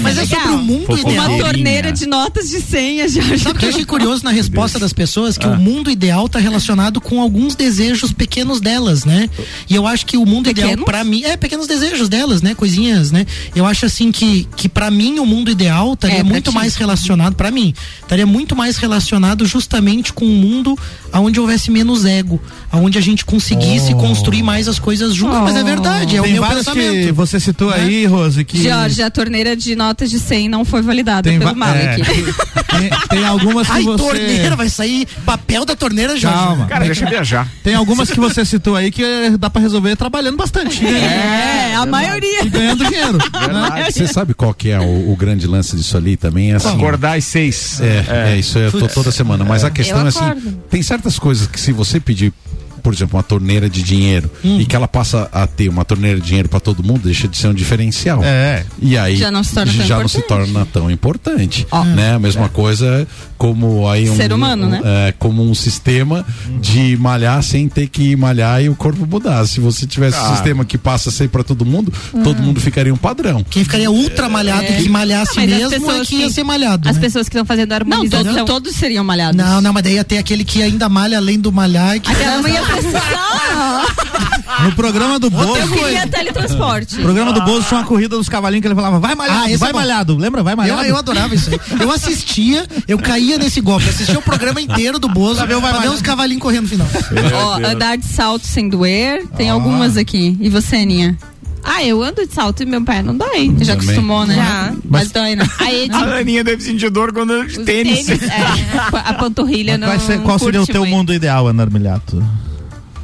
Speaker 7: Mas é sobre o mundo ideal.
Speaker 3: Uma torneira de notas de senha, Georgia.
Speaker 7: Sabe o que eu achei curioso na resposta das pessoas? Que
Speaker 3: Ah.
Speaker 7: o mundo ideal tá relacionado com alguns desejos pequenos delas, né? E eu acho que o mundo ideal,
Speaker 3: Pequenos?
Speaker 7: pra mim, é pequenos desejos delas, né? Coisinhas, né? Eu acho assim que, que para mim o mundo ideal estaria
Speaker 3: É, pra
Speaker 7: muito
Speaker 3: ti.
Speaker 7: mais relacionado, pra mim, estaria muito mais relacionado justamente com um mundo onde houvesse menos ego, onde a gente conseguisse construir mais as coisas juntos. Mas é verdade, é o
Speaker 9: Oh. Tem
Speaker 7: meu
Speaker 9: várias
Speaker 7: pensamento. né?
Speaker 9: que você citou aí, Rose, que
Speaker 3: Georgia, a torneira de notas de 100 não foi validada
Speaker 9: Tem
Speaker 3: pelo
Speaker 9: va-
Speaker 3: Malek.
Speaker 9: é. tem algumas que
Speaker 7: Ai,
Speaker 9: você...
Speaker 7: torneira, vai sair papel da torneira, Jorge.
Speaker 9: Calma.
Speaker 2: viajar.
Speaker 9: Tem algumas que você citou aí que eh, dá pra resolver trabalhando bastante. né?
Speaker 3: É, a maioria.
Speaker 9: E ganhando dinheiro. né?
Speaker 6: Verdade. Você sabe qual que é o, o grande lance disso ali também? É assim,
Speaker 2: Acordar às seis.
Speaker 6: É, é, isso eu tô toda semana. Mas a questão
Speaker 2: Eu
Speaker 6: é assim:
Speaker 2: acordo.
Speaker 6: tem certas coisas que se você pedir. Por exemplo, uma torneira de dinheiro
Speaker 2: Hum.
Speaker 6: e que ela passa a ter uma torneira de dinheiro pra todo mundo, deixa de ser um diferencial.
Speaker 9: É.
Speaker 6: E aí
Speaker 3: Já não se torna tão
Speaker 6: já não se
Speaker 3: importante. É.
Speaker 6: torna tão importante. Né? A mesma coisa como aí um
Speaker 3: Ser humano,
Speaker 6: um-
Speaker 3: né?
Speaker 6: é, como um sistema de malhar sem ter que malhar e o corpo mudar. Se você tivesse um
Speaker 9: Tá.
Speaker 2: Cara.
Speaker 6: sistema que passa a ser pra todo mundo, todo mundo ficaria um padrão.
Speaker 7: Quem ficaria ultra malhado
Speaker 6: É.
Speaker 7: que malhasse
Speaker 6: Não, mas as
Speaker 7: mesmo é
Speaker 6: pessoas
Speaker 7: que ia
Speaker 6: que-
Speaker 7: ser malhado.
Speaker 5: As
Speaker 7: né?
Speaker 5: pessoas que estão fazendo
Speaker 3: Não,
Speaker 5: harmonização.
Speaker 3: todos, todos seriam malhados.
Speaker 7: Não, não, mas daí ia ter aquele que ainda malha além do malhar. e Que (laughs)
Speaker 3: Aquela não ia
Speaker 9: No programa do Bozo.
Speaker 3: Eu queria teletransporte.
Speaker 9: O programa do Bozo tinha uma corrida dos cavalinhos que ele falava, vai malhado,
Speaker 7: Ah, esse
Speaker 9: vai
Speaker 7: é bom.
Speaker 9: malhado. Lembra? Vai malhado.
Speaker 7: Eu, eu adorava isso aí. Eu assistia, eu caía nesse golpe. Eu assistia o programa inteiro do Bozo pra ver, os cavalinhos correndo no final.
Speaker 3: Ó, andar de salto sem doer. Tem algumas aqui. E você, Aninha?
Speaker 5: Ah, eu ando de salto e meu pé não dói.
Speaker 3: Já acostumou, né?
Speaker 5: Já.
Speaker 3: Mas dói,
Speaker 2: (laughs)
Speaker 3: né?
Speaker 5: tá Aí,
Speaker 2: A Aninha deve sentir dor quando anda de tênis.
Speaker 5: é, a panturrilha não.
Speaker 9: Qual, ser- qual seria o
Speaker 5: curte
Speaker 9: teu
Speaker 5: muito.
Speaker 9: mundo ideal, Ana Armiliato?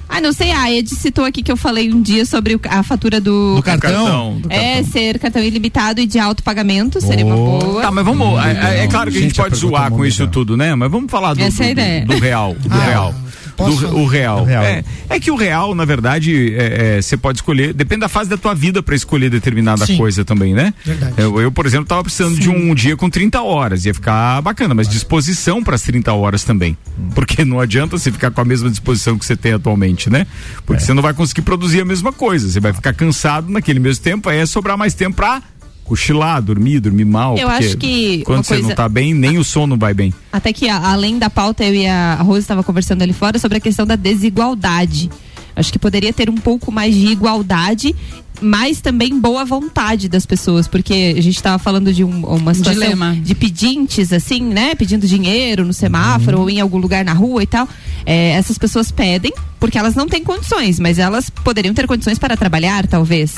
Speaker 5: Ah, não sei. A Ed citou aqui que eu falei um dia sobre o- a fatura do.
Speaker 9: Do cartão? Do
Speaker 5: É, ser cartão ilimitado e de alto pagamento seria é uma boa.
Speaker 2: Tá, mas vamos. É, é- é claro que a gente,
Speaker 9: a
Speaker 2: pode zoar com isso tudo, né? Mas vamos falar do,
Speaker 5: Essa é a
Speaker 2: do-
Speaker 5: ideia.
Speaker 2: do real. Do real. Do, re- o real. É, é que o real, na verdade, é, é, você pode escolher. Depende da fase da tua vida pra escolher determinada
Speaker 7: Sim.
Speaker 2: coisa também, né?
Speaker 7: Verdade.
Speaker 2: Eu, eu, por exemplo, tava precisando de um dia com 30 horas. Ia ficar bacana, mas disposição para as 30 horas também. Porque não adianta você ficar com a mesma disposição que você tem atualmente, né? Porque você não vai conseguir produzir a mesma coisa. Você vai ficar cansado naquele mesmo tempo, aí é sobrar mais tempo pra cochilar, dormir, dormir mal.
Speaker 5: Eu
Speaker 2: porque
Speaker 5: acho que uma
Speaker 2: Quando você não
Speaker 5: coisa-
Speaker 2: tá bem, nem o sono vai bem.
Speaker 5: Até que, a- além da pauta, eu e a Rose estava conversando ali fora sobre a questão da desigualdade. Acho que poderia ter um pouco mais de igualdade, mas também boa vontade das pessoas, porque a gente estava falando de um, uma situação
Speaker 3: Dilema.
Speaker 5: de pedintes, assim, né? Pedindo dinheiro no semáforo ou em algum lugar na rua e tal. É, essas pessoas pedem porque elas não têm condições, mas elas poderiam ter condições para trabalhar, talvez.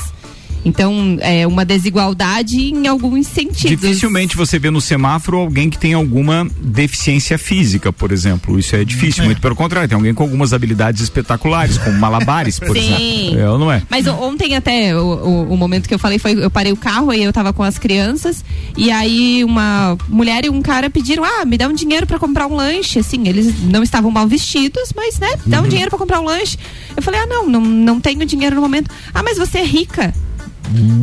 Speaker 5: Então, é uma desigualdade em alguns sentidos.
Speaker 2: Dificilmente você vê no semáforo alguém que tem alguma deficiência física, por exemplo. Isso é difícil, muito pelo contrário. Tem alguém com algumas habilidades espetaculares, como malabares,
Speaker 5: (laughs)
Speaker 2: por
Speaker 5: Sim.
Speaker 2: exemplo. É ou não é?
Speaker 5: Mas o- ontem até o, o- o momento que eu falei foi eu parei o carro e eu tava com as crianças e aí uma mulher e um cara pediram ah me dá um dinheiro pra comprar um lanche assim eles não estavam mal vestidos mas né dá
Speaker 7: Uhum.
Speaker 5: um dinheiro pra comprar um lanche eu falei ah não não não tenho dinheiro no momento ah mas você é rica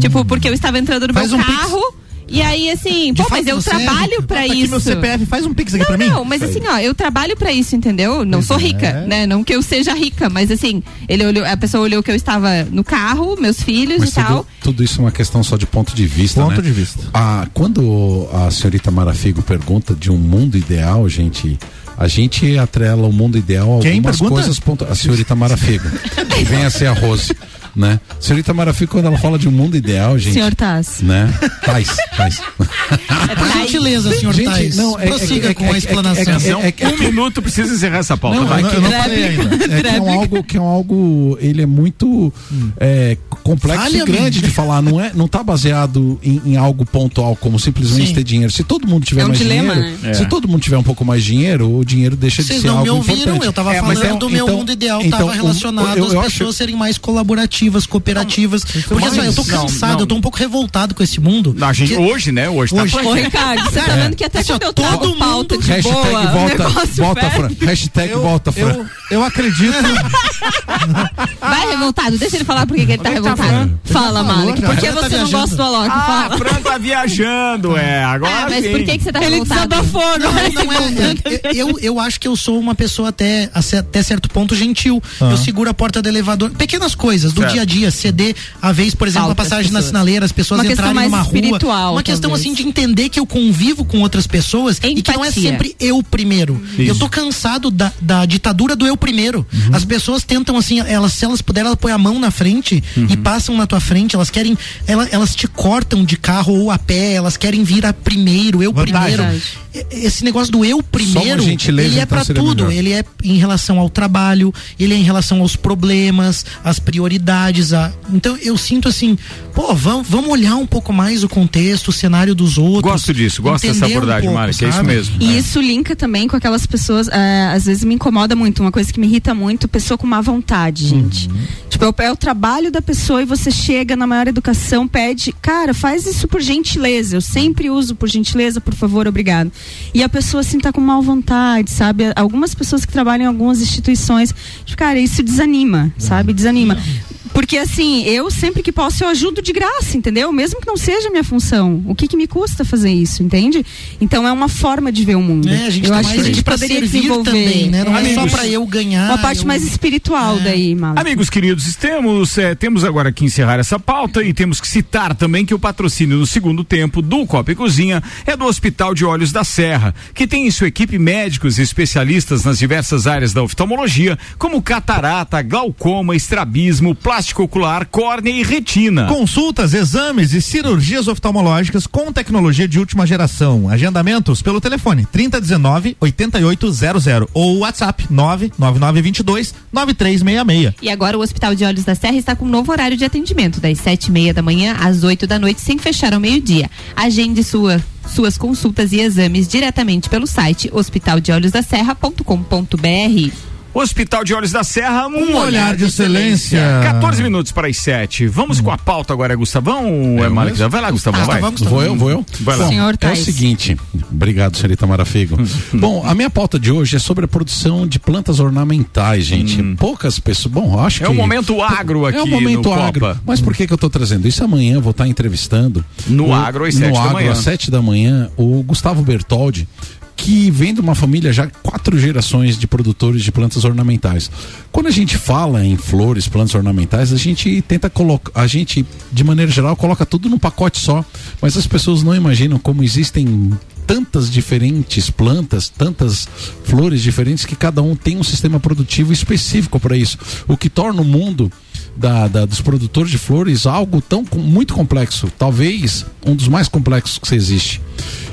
Speaker 5: tipo porque eu estava entrando no
Speaker 7: Hum. Faz
Speaker 5: meu
Speaker 7: um pix.
Speaker 5: carro e aí assim
Speaker 7: De
Speaker 5: pô mas
Speaker 7: fato,
Speaker 5: eu
Speaker 7: você é
Speaker 5: trabalho
Speaker 7: rica.
Speaker 5: pra
Speaker 7: Bota aqui
Speaker 5: isso
Speaker 7: meu CPF, faz um pix aqui
Speaker 5: não,
Speaker 7: pra mim.
Speaker 5: não, mas assim, ó, eu trabalho pra isso, entendeu? Não sou rica, né? Não que eu seja rica, mas assim, ele olhou, a pessoa olhou que eu estava no carro, meus filhos
Speaker 6: Mas
Speaker 5: um e tal.
Speaker 6: tudo, tudo isso é uma questão só de ponto de vista, né?
Speaker 9: Ponto de vista.
Speaker 6: Ah, quando a senhorita Marafigo pergunta de um mundo ideal, gente, a gente atrela o mundo ideal a
Speaker 9: Quem
Speaker 6: algumas
Speaker 9: pergunta?
Speaker 6: coisas. pontu- A senhorita Marafigo, que vem a ser a Rose, né? Senhorita Marafigo, quando ela fala de um mundo ideal, gente.
Speaker 3: Senhor Taz.
Speaker 6: Né? Tais, tais.
Speaker 7: Por gentileza, senhor
Speaker 6: Gente,
Speaker 7: Tais,
Speaker 6: não, é- é-
Speaker 7: prossiga
Speaker 6: é- é-
Speaker 7: com a
Speaker 6: é-
Speaker 7: explanação.
Speaker 6: é- é- é-
Speaker 2: um minuto precisa encerrar essa pauta.
Speaker 6: Não,
Speaker 2: vai.
Speaker 6: é que- É que é um algo que é um algo, ele é muito
Speaker 7: Hum.
Speaker 6: é, complexo
Speaker 7: Fale,
Speaker 6: e grande
Speaker 7: amigo.
Speaker 6: de falar, não é, não tá baseado em, em algo pontual como simplesmente
Speaker 7: Sim.
Speaker 6: ter dinheiro. Se todo mundo tiver
Speaker 3: É um
Speaker 6: mais
Speaker 3: dilema,
Speaker 6: dinheiro,
Speaker 3: né?
Speaker 6: se
Speaker 3: É.
Speaker 6: todo mundo tiver um pouco mais de dinheiro, o dinheiro deixa de
Speaker 7: Vocês
Speaker 6: ser
Speaker 7: não
Speaker 6: algo
Speaker 7: me ouviram,
Speaker 6: importante.
Speaker 7: eu tava
Speaker 6: É, mas
Speaker 7: falando
Speaker 6: é um-
Speaker 7: do meu
Speaker 6: então-
Speaker 7: mundo ideal,
Speaker 6: então,
Speaker 7: tava
Speaker 6: o-
Speaker 7: relacionado
Speaker 6: eu- eu
Speaker 7: às
Speaker 6: acho-
Speaker 7: pessoas serem mais colaborativas, cooperativas. porque
Speaker 2: mas-
Speaker 7: assim, eu tô
Speaker 2: não,
Speaker 7: cansado,
Speaker 2: não.
Speaker 7: eu tô um pouco revoltado com esse mundo.
Speaker 2: A gente-
Speaker 7: Que-
Speaker 2: hoje, né? Hoje,
Speaker 7: Hoje.
Speaker 2: tá
Speaker 3: Ô, Ricardo, você tá vendo que até
Speaker 7: Assim, ó,
Speaker 3: quando eu
Speaker 7: todo
Speaker 3: trago pauta de
Speaker 6: Hashtag
Speaker 3: boa, o
Speaker 6: volta,
Speaker 3: negócio
Speaker 6: volta
Speaker 3: pega.
Speaker 6: Fran. Hashtag
Speaker 9: Eu-
Speaker 6: volta Fran.
Speaker 9: Eu, eu acredito. (laughs)
Speaker 5: Vai revoltado, deixa ele falar porque que ele tá revoltado.
Speaker 3: Fala, Malik, por que
Speaker 7: Ela tá
Speaker 3: você não
Speaker 7: viajando.
Speaker 3: gosta do Alok?
Speaker 2: Ah,
Speaker 3: Fala.
Speaker 2: Fran tá viajando, é. Agora
Speaker 5: Ah, mas
Speaker 2: sim.
Speaker 5: por que, que você tá
Speaker 3: Ele
Speaker 5: revoltado?
Speaker 3: desabafou, não é?
Speaker 7: Não, não
Speaker 5: um
Speaker 7: é, é, eu, eu acho que eu sou uma pessoa até, a ce- até certo ponto gentil. Eu seguro a porta do elevador. Pequenas coisas do
Speaker 2: Certo.
Speaker 7: dia a dia. Ceder a vez, por exemplo,
Speaker 5: Falta
Speaker 7: a passagem
Speaker 5: as
Speaker 7: na
Speaker 5: pessoas.
Speaker 7: sinaleira, as pessoas
Speaker 3: Uma questão
Speaker 7: entrarem
Speaker 3: mais
Speaker 7: numa
Speaker 3: espiritual,
Speaker 7: rua. Uma questão
Speaker 3: talvez.
Speaker 7: assim de entender que eu convivo com outras pessoas e que não é
Speaker 5: Empatia.
Speaker 7: sempre eu primeiro. Eu tô cansado da, da ditadura do eu primeiro. As pessoas tentam assim, elas, se elas puderem, elas põem a mão na frente e passam na tua frente, elas querem. ela- Elas, te cortam de carro ou a pé, elas querem vir a primeiro, eu
Speaker 9: Vantagem.
Speaker 7: primeiro. E- Esse negócio do eu primeiro,
Speaker 6: gentileza,
Speaker 7: ele é
Speaker 6: então,
Speaker 7: pra
Speaker 6: seria
Speaker 7: tudo.
Speaker 6: melhor.
Speaker 7: Ele é em relação ao trabalho, ele é em relação aos problemas, às prioridades. A... Então eu sinto assim, pô, vamos, vamos olhar um pouco mais o contexto, o cenário dos outros.
Speaker 2: Gosto disso, gosto dessa
Speaker 7: entender um
Speaker 2: abordagem,
Speaker 7: pouco,
Speaker 2: Mari, que é isso
Speaker 7: sabe?
Speaker 2: mesmo.
Speaker 3: E isso linka também com aquelas pessoas, é, às vezes me incomoda muito, uma coisa que me irrita muito, pessoa com má vontade, gente. Tipo, é o, é o trabalho da pessoa e você chega na maior educação, pede, cara, faz isso por gentileza. Eu sempre uso por gentileza, por favor, obrigado. E a pessoa assim tá com má vontade, sabe?
Speaker 7: Uhum.
Speaker 3: Algumas pessoas que trabalham em algumas instituições, tipo, cara, isso desanima, sabe? Desanima. Porque assim, eu sempre que posso eu ajudo de graça, entendeu? Mesmo que não seja minha função. O que que me custa fazer isso, entende? Então é uma forma de ver o mundo.
Speaker 7: É, a gente
Speaker 3: eu
Speaker 7: tá
Speaker 3: acho
Speaker 7: mais
Speaker 3: que a gente
Speaker 7: aqui pra
Speaker 3: poderia
Speaker 7: servir
Speaker 3: desenvolver.
Speaker 7: também, né? Não é só pra eu ganhar,
Speaker 3: Uma parte
Speaker 7: eu- É.
Speaker 3: mais espiritual daí, Malu.
Speaker 2: Amigos queridos, temos, eh, temos agora que encerrar essa pauta e temos que citar também que o patrocínio no segundo tempo do Copa e Cozinha é do Hospital de Olhos da Serra, que tem em sua equipe médicos e especialistas nas diversas áreas da oftalmologia, como catarata, glaucoma, estrabismo, plástico ocular, córnea e retina.
Speaker 9: Consultas, exames e cirurgias oftalmológicas com tecnologia de última geração. Agendamentos pelo telefone 3019 8800 ou WhatsApp 99922 9366.
Speaker 5: E agora o Hospital de Olhos da Serra está com um novo horário de atendimento, das sete e meia da manhã às 8 da noite, sem fechar ao meio-dia. Agende sua- suas consultas e exames diretamente pelo site hospitaldeolhosdaserra.com.br.
Speaker 2: Hospital de Olhos da Serra, um,
Speaker 9: olhar de excelência.
Speaker 2: 14 minutos para as 7. Vamos com a pauta agora, Gustavão? É, Malik? Vai lá, Gustavão. vai.
Speaker 6: Vou eu, vou eu.
Speaker 2: Vai lá.
Speaker 6: Bom, é o seguinte, obrigado, senhorita Marafigo.
Speaker 7: Hum.
Speaker 6: (laughs) Bom, a minha pauta de hoje é sobre a produção de plantas ornamentais, gente.
Speaker 7: Hum.
Speaker 6: Poucas pessoas. Bom, acho
Speaker 2: É
Speaker 6: que.
Speaker 2: o momento agro aqui
Speaker 6: É o momento
Speaker 2: no
Speaker 6: agro.
Speaker 2: Copa.
Speaker 6: Mas por que, que eu estou trazendo isso? Amanhã eu vou estar entrevistando.
Speaker 2: No
Speaker 6: o-
Speaker 2: agro, às sete
Speaker 6: no
Speaker 2: da
Speaker 6: agro,
Speaker 2: manhã.
Speaker 6: às sete da manhã, o Gustavo Bertoldi, que vem de uma família já quatro gerações de produtores de plantas ornamentais. Quando a gente fala em flores, plantas ornamentais, a gente tenta colocar, a gente de maneira geral coloca tudo num pacote só, mas as pessoas não imaginam como existem tantas diferentes plantas, tantas flores diferentes que cada um tem um sistema produtivo específico para isso, o que torna o mundo da- da- dos produtores de flores algo tão com- muito complexo, talvez um dos mais complexos que existe.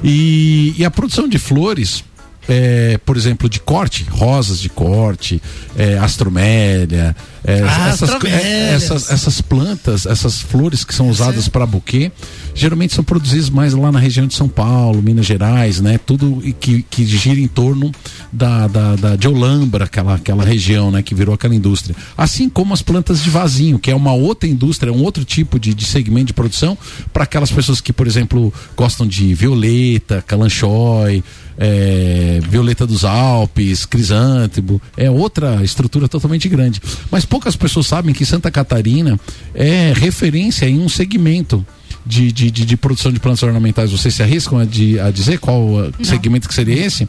Speaker 6: E, e a produção de flores, é, por exemplo, de corte, rosas de corte, é, astromélia, é,
Speaker 7: Ah,
Speaker 6: essas,
Speaker 7: astromélias.
Speaker 6: é, essas- essas plantas, essas flores que são usadas para buquê, geralmente são produzidas mais lá na região de São Paulo, Minas Gerais, né? Tudo e que, que gira em torno da, da, da- de Olambra, aquela, aquela região, né? Que virou aquela indústria. Assim como as plantas de vasinho, que é uma outra indústria, um outro tipo de, de segmento de produção para aquelas pessoas que, por exemplo, gostam de violeta, calanchói, é, Violeta dos Alpes, Crisântemo, é outra estrutura totalmente grande. Mas poucas pessoas sabem que Santa Catarina é referência em um segmento de, de, de, de produção de plantas ornamentais. Vocês se arriscam a, de- a dizer qual ah, segmento que seria esse?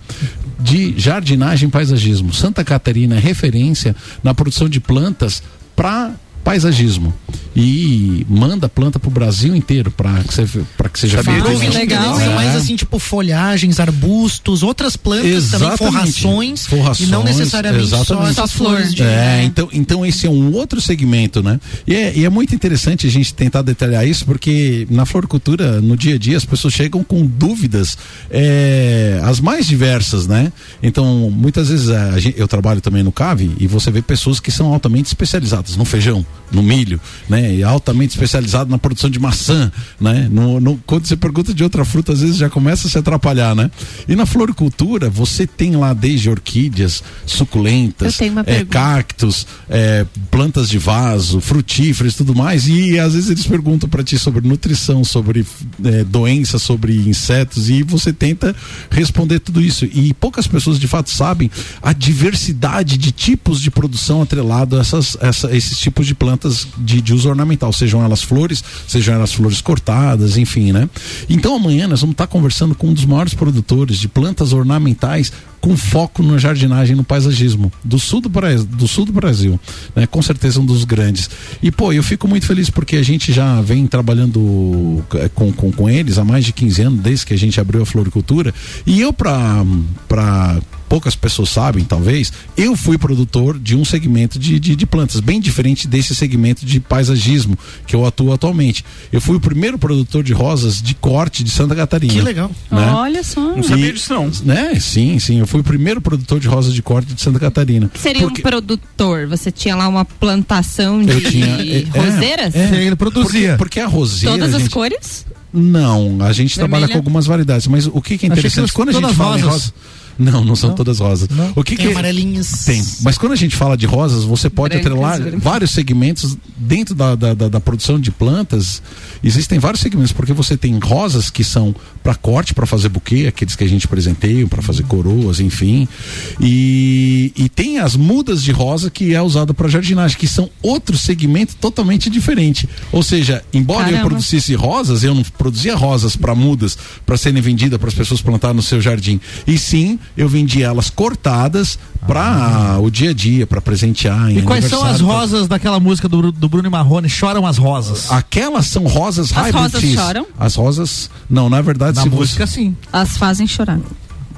Speaker 6: De jardinagem e paisagismo. Santa Catarina é referência na produção de plantas para paisagismo e manda planta para o Brasil inteiro para que, se- pra que seja
Speaker 7: Sabia
Speaker 6: feito.
Speaker 7: disso? Legal. É
Speaker 6: né?
Speaker 7: mais assim, tipo folhagens, arbustos, outras plantas também, forrações,
Speaker 6: Forrações,
Speaker 7: E não necessariamente só
Speaker 6: exatamente.
Speaker 7: essas flores de.
Speaker 6: É, então, então esse é um outro segmento, né? E é, e é muito interessante a gente tentar detalhar isso, porque na floricultura, no dia a dia, as pessoas chegam com dúvidas é, as mais diversas, né? Então, muitas vezes, a gen- eu trabalho também no CAVE e você vê pessoas que são altamente especializadas no feijão, no milho, né? E altamente especializado na produção de maçã, né? No, no- quando você pergunta de outra fruta, às vezes já começa a se atrapalhar, né? E na floricultura, você tem lá desde orquídeas, suculentas,
Speaker 5: Eu tenho uma
Speaker 6: é,
Speaker 5: pergunta.
Speaker 6: cactos, é, plantas de vaso, frutíferos, e tudo mais. E às vezes eles perguntam para ti sobre nutrição, sobre é, doenças, sobre insetos e você tenta responder tudo isso. E poucas pessoas de fato sabem a diversidade de tipos de produção atrelado a essas, essa- esses tipos de plantas de, de uso ornamental, sejam elas flores, sejam elas flores cortadas, enfim, né? Então amanhã nós vamos estar conversando com um dos maiores produtores de plantas ornamentais com foco na jardinagem e no paisagismo do sul do Brasil, do sul do Brasil né? com certeza um dos grandes e pô, eu fico muito feliz porque a gente já vem trabalhando eh, com, com, com eles há mais de 15 anos, desde que a gente abriu a floricultura e eu pra, pra poucas pessoas sabem talvez, eu fui produtor de um segmento de, de, de plantas, bem diferente desse segmento de paisagismo que eu atuo atualmente, eu fui o primeiro produtor de rosas de corte de Santa Catarina
Speaker 7: Que legal.
Speaker 6: né?
Speaker 3: Olha só.
Speaker 6: E- Né? Sim, sim. Eu fui o primeiro produtor de rosa de corte de Santa Catarina.
Speaker 5: que seria um produtor? Você tinha lá uma plantação de
Speaker 6: Eu
Speaker 5: (laughs)
Speaker 6: tinha. é, é,
Speaker 5: roseiras?
Speaker 6: é.
Speaker 9: ele
Speaker 6: produzia. Porque, porque a roseira.
Speaker 5: Todas as
Speaker 6: gente-
Speaker 5: cores?
Speaker 6: Não, a gente trabalha
Speaker 5: Vermelha?
Speaker 6: com algumas variedades. Mas o que, que é
Speaker 5: Achei que
Speaker 6: interessante?
Speaker 5: elas-
Speaker 6: quando a gente
Speaker 5: todas
Speaker 6: fala em
Speaker 5: rosas.
Speaker 6: rosa. Não, não são todas rosas. O que
Speaker 7: Tem
Speaker 6: que
Speaker 7: amarelinhas.
Speaker 6: Tem. Mas quando a gente fala de rosas, você pode
Speaker 7: Brancas,
Speaker 6: atrelar
Speaker 7: brancas.
Speaker 6: vários segmentos dentro da, da, da- da produção de plantas. Existem vários segmentos, porque você tem rosas que são para corte, para fazer buquê, aqueles que a gente presenteia, para fazer coroas, enfim. E, e tem as mudas de rosa que é usada para jardinagem, que são outro segmento totalmente diferente. Ou seja, embora eu
Speaker 18: Caramba.
Speaker 6: produzisse produzisse rosas, eu não produzia rosas para mudas, para serem vendidas para as pessoas plantarem no seu jardim. E sim, eu vendia elas cortadas para o dia a dia, para presentear. em
Speaker 9: E quais são as
Speaker 6: aniversário, pra-
Speaker 9: rosas daquela música do, Bru- do Bruno e Marrone? Choram as rosas.
Speaker 6: Aquelas são rosas
Speaker 9: As
Speaker 6: hybrids.
Speaker 9: rosas choram?
Speaker 6: As rosas, não, na verdade,
Speaker 9: Na
Speaker 6: se
Speaker 9: música,
Speaker 6: você...
Speaker 9: sim.
Speaker 3: Elas fazem chorar.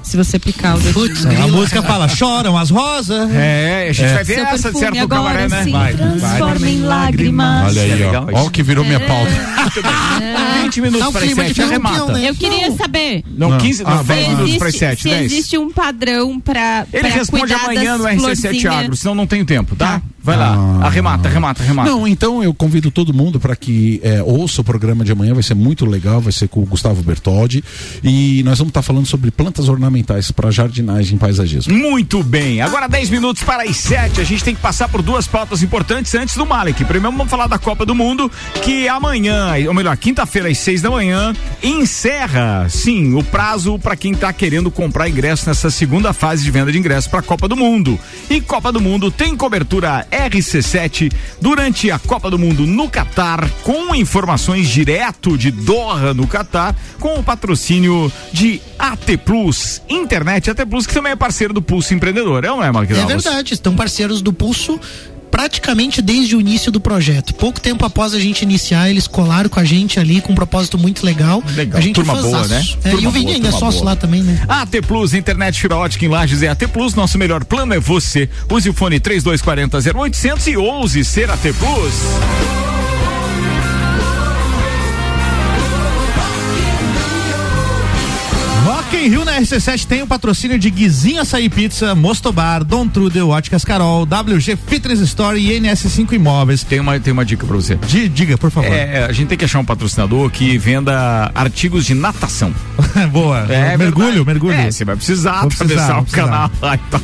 Speaker 3: Se você picar o dedinho.
Speaker 9: A música fala, choram as rosas.
Speaker 2: É, a gente vai ver
Speaker 3: Seu
Speaker 2: essa de
Speaker 3: perfume
Speaker 2: certo no
Speaker 3: agora
Speaker 2: cabaré, né?
Speaker 3: se transforma em lágrimas.
Speaker 6: Olha aí, ó. Ó o que virou
Speaker 9: É.
Speaker 6: minha pauta.
Speaker 2: 20 Ah, minutos para as 7, arremata.
Speaker 6: né?
Speaker 5: Eu queria saber.
Speaker 2: Não,
Speaker 6: Ah.
Speaker 2: Não. 15, não,
Speaker 5: se
Speaker 2: 10 minutos
Speaker 5: existe-
Speaker 2: para as sete,
Speaker 5: Se
Speaker 2: 10.
Speaker 5: existe um padrão para
Speaker 2: Ele responde amanhã no RC7 Agro, senão não tenho tempo, tá? Vai lá, arremata, arremata, arremata.
Speaker 6: Não, então eu convido todo mundo para que é, ouça o programa de amanhã, vai ser muito legal, vai ser com o Gustavo Bertoldi. E nós vamos estar falando sobre plantas ornamentais para jardinagem e paisagismo.
Speaker 2: Muito bem, agora 10 minutos para as 7. A gente tem que passar por duas pautas importantes antes do Malek. Primeiro, vamos falar da Copa do Mundo, que amanhã, ou melhor, quinta-feira, às 6 da manhã, encerra, sim, o prazo para quem está querendo comprar ingresso nessa segunda fase de venda de ingresso para a Copa do Mundo. E Copa do Mundo tem cobertura RC7 durante a Copa do Mundo no Catar, com informações direto de Doha, no Catar, com o patrocínio de AT Plus, internet AT Plus, que também é parceiro do Pulso Empreendedor, é ou não é, Marquinhos?
Speaker 7: É verdade, estão parceiros do Pulso praticamente desde o início do projeto. Pouco tempo após a gente iniciar, eles colaram com a gente ali com um propósito muito legal.
Speaker 2: Legal,
Speaker 7: A gente
Speaker 2: turma
Speaker 7: é
Speaker 2: boa,
Speaker 7: fãzaço.
Speaker 2: né?
Speaker 7: É, e
Speaker 2: Turma
Speaker 7: o Vini
Speaker 2: boa,
Speaker 7: ainda é
Speaker 2: turma
Speaker 7: sócio
Speaker 2: boa.
Speaker 7: lá também, né?
Speaker 2: AT Plus, internet fibra ótica em Lages é AT Plus, nosso melhor plano é você. Use o fone 3240 0800 e ouse ser AT Plus.
Speaker 9: Rock in Rio na RC7 tem o patrocínio de Guizinha Açaí Pizza, Mostobar, Dom Trudel, Óticas Carol, WG Fitness Store e NS5 Imóveis.
Speaker 2: Tem uma, tem uma dica pra você.
Speaker 9: diga, por favor.
Speaker 2: É, a gente tem que achar um patrocinador que venda artigos de natação.
Speaker 9: (laughs) Boa.
Speaker 2: É,
Speaker 9: mergulho, mergulho.
Speaker 2: É, você vai precisar
Speaker 9: Vou precisar,
Speaker 2: atravessar
Speaker 9: vou
Speaker 2: o
Speaker 9: precisar.
Speaker 2: canal lá e tal.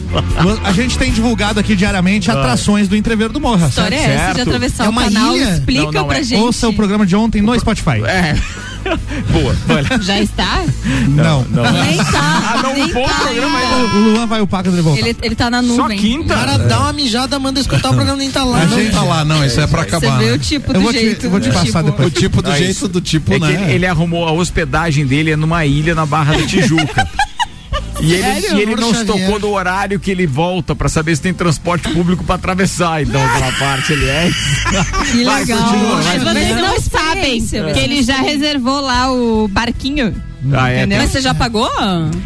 Speaker 9: A gente tem divulgado aqui diariamente
Speaker 2: Ah.
Speaker 9: atrações do Entrever do Morra.
Speaker 3: História
Speaker 9: certo?
Speaker 3: é essa de
Speaker 9: Certo.
Speaker 3: atravessar o canal, explica
Speaker 9: Não, não
Speaker 3: pra
Speaker 9: é.
Speaker 3: gente.
Speaker 9: Ouça o programa de ontem no Spotify.
Speaker 2: É. (laughs) Boa,
Speaker 3: Já está?
Speaker 9: Não.
Speaker 3: Nem tá.
Speaker 2: é. Ah,
Speaker 9: É
Speaker 2: não,
Speaker 3: nem
Speaker 2: bom
Speaker 3: tá
Speaker 2: programa
Speaker 3: ainda.
Speaker 9: O Luan vai o Paco de volta.
Speaker 3: Ele, ele tá na nuvem.
Speaker 7: Cara, dá uma mijada, manda escutar o programa, nem tá lá.
Speaker 6: A
Speaker 7: não.
Speaker 6: gente tá lá, não, isso é pra acabar.
Speaker 7: vê
Speaker 6: né?
Speaker 7: o tipo Eu do vou te- jeito,
Speaker 6: vou te do passar tipo. depois. O tipo do
Speaker 2: É
Speaker 6: jeito
Speaker 2: isso.
Speaker 6: do tipo,
Speaker 2: é
Speaker 6: né?
Speaker 2: Que ele, ele arrumou a hospedagem dele é numa ilha na Barra da Tijuca. E ele,
Speaker 7: Sério?
Speaker 2: e ele não se
Speaker 7: Bruno Xavier.
Speaker 2: tocou do horário que ele volta pra saber se tem transporte público pra atravessar. Então, aquela parte ele é.
Speaker 5: Que
Speaker 2: Vai,
Speaker 5: legal.
Speaker 2: continua, vai. é
Speaker 5: Mas vocês não sabem
Speaker 3: vai
Speaker 5: que
Speaker 3: ser
Speaker 5: ele já
Speaker 3: experiência.
Speaker 5: reservou lá o barquinho.
Speaker 2: Ah, é,
Speaker 5: entendeu?
Speaker 2: tem-
Speaker 3: Mas você já pagou?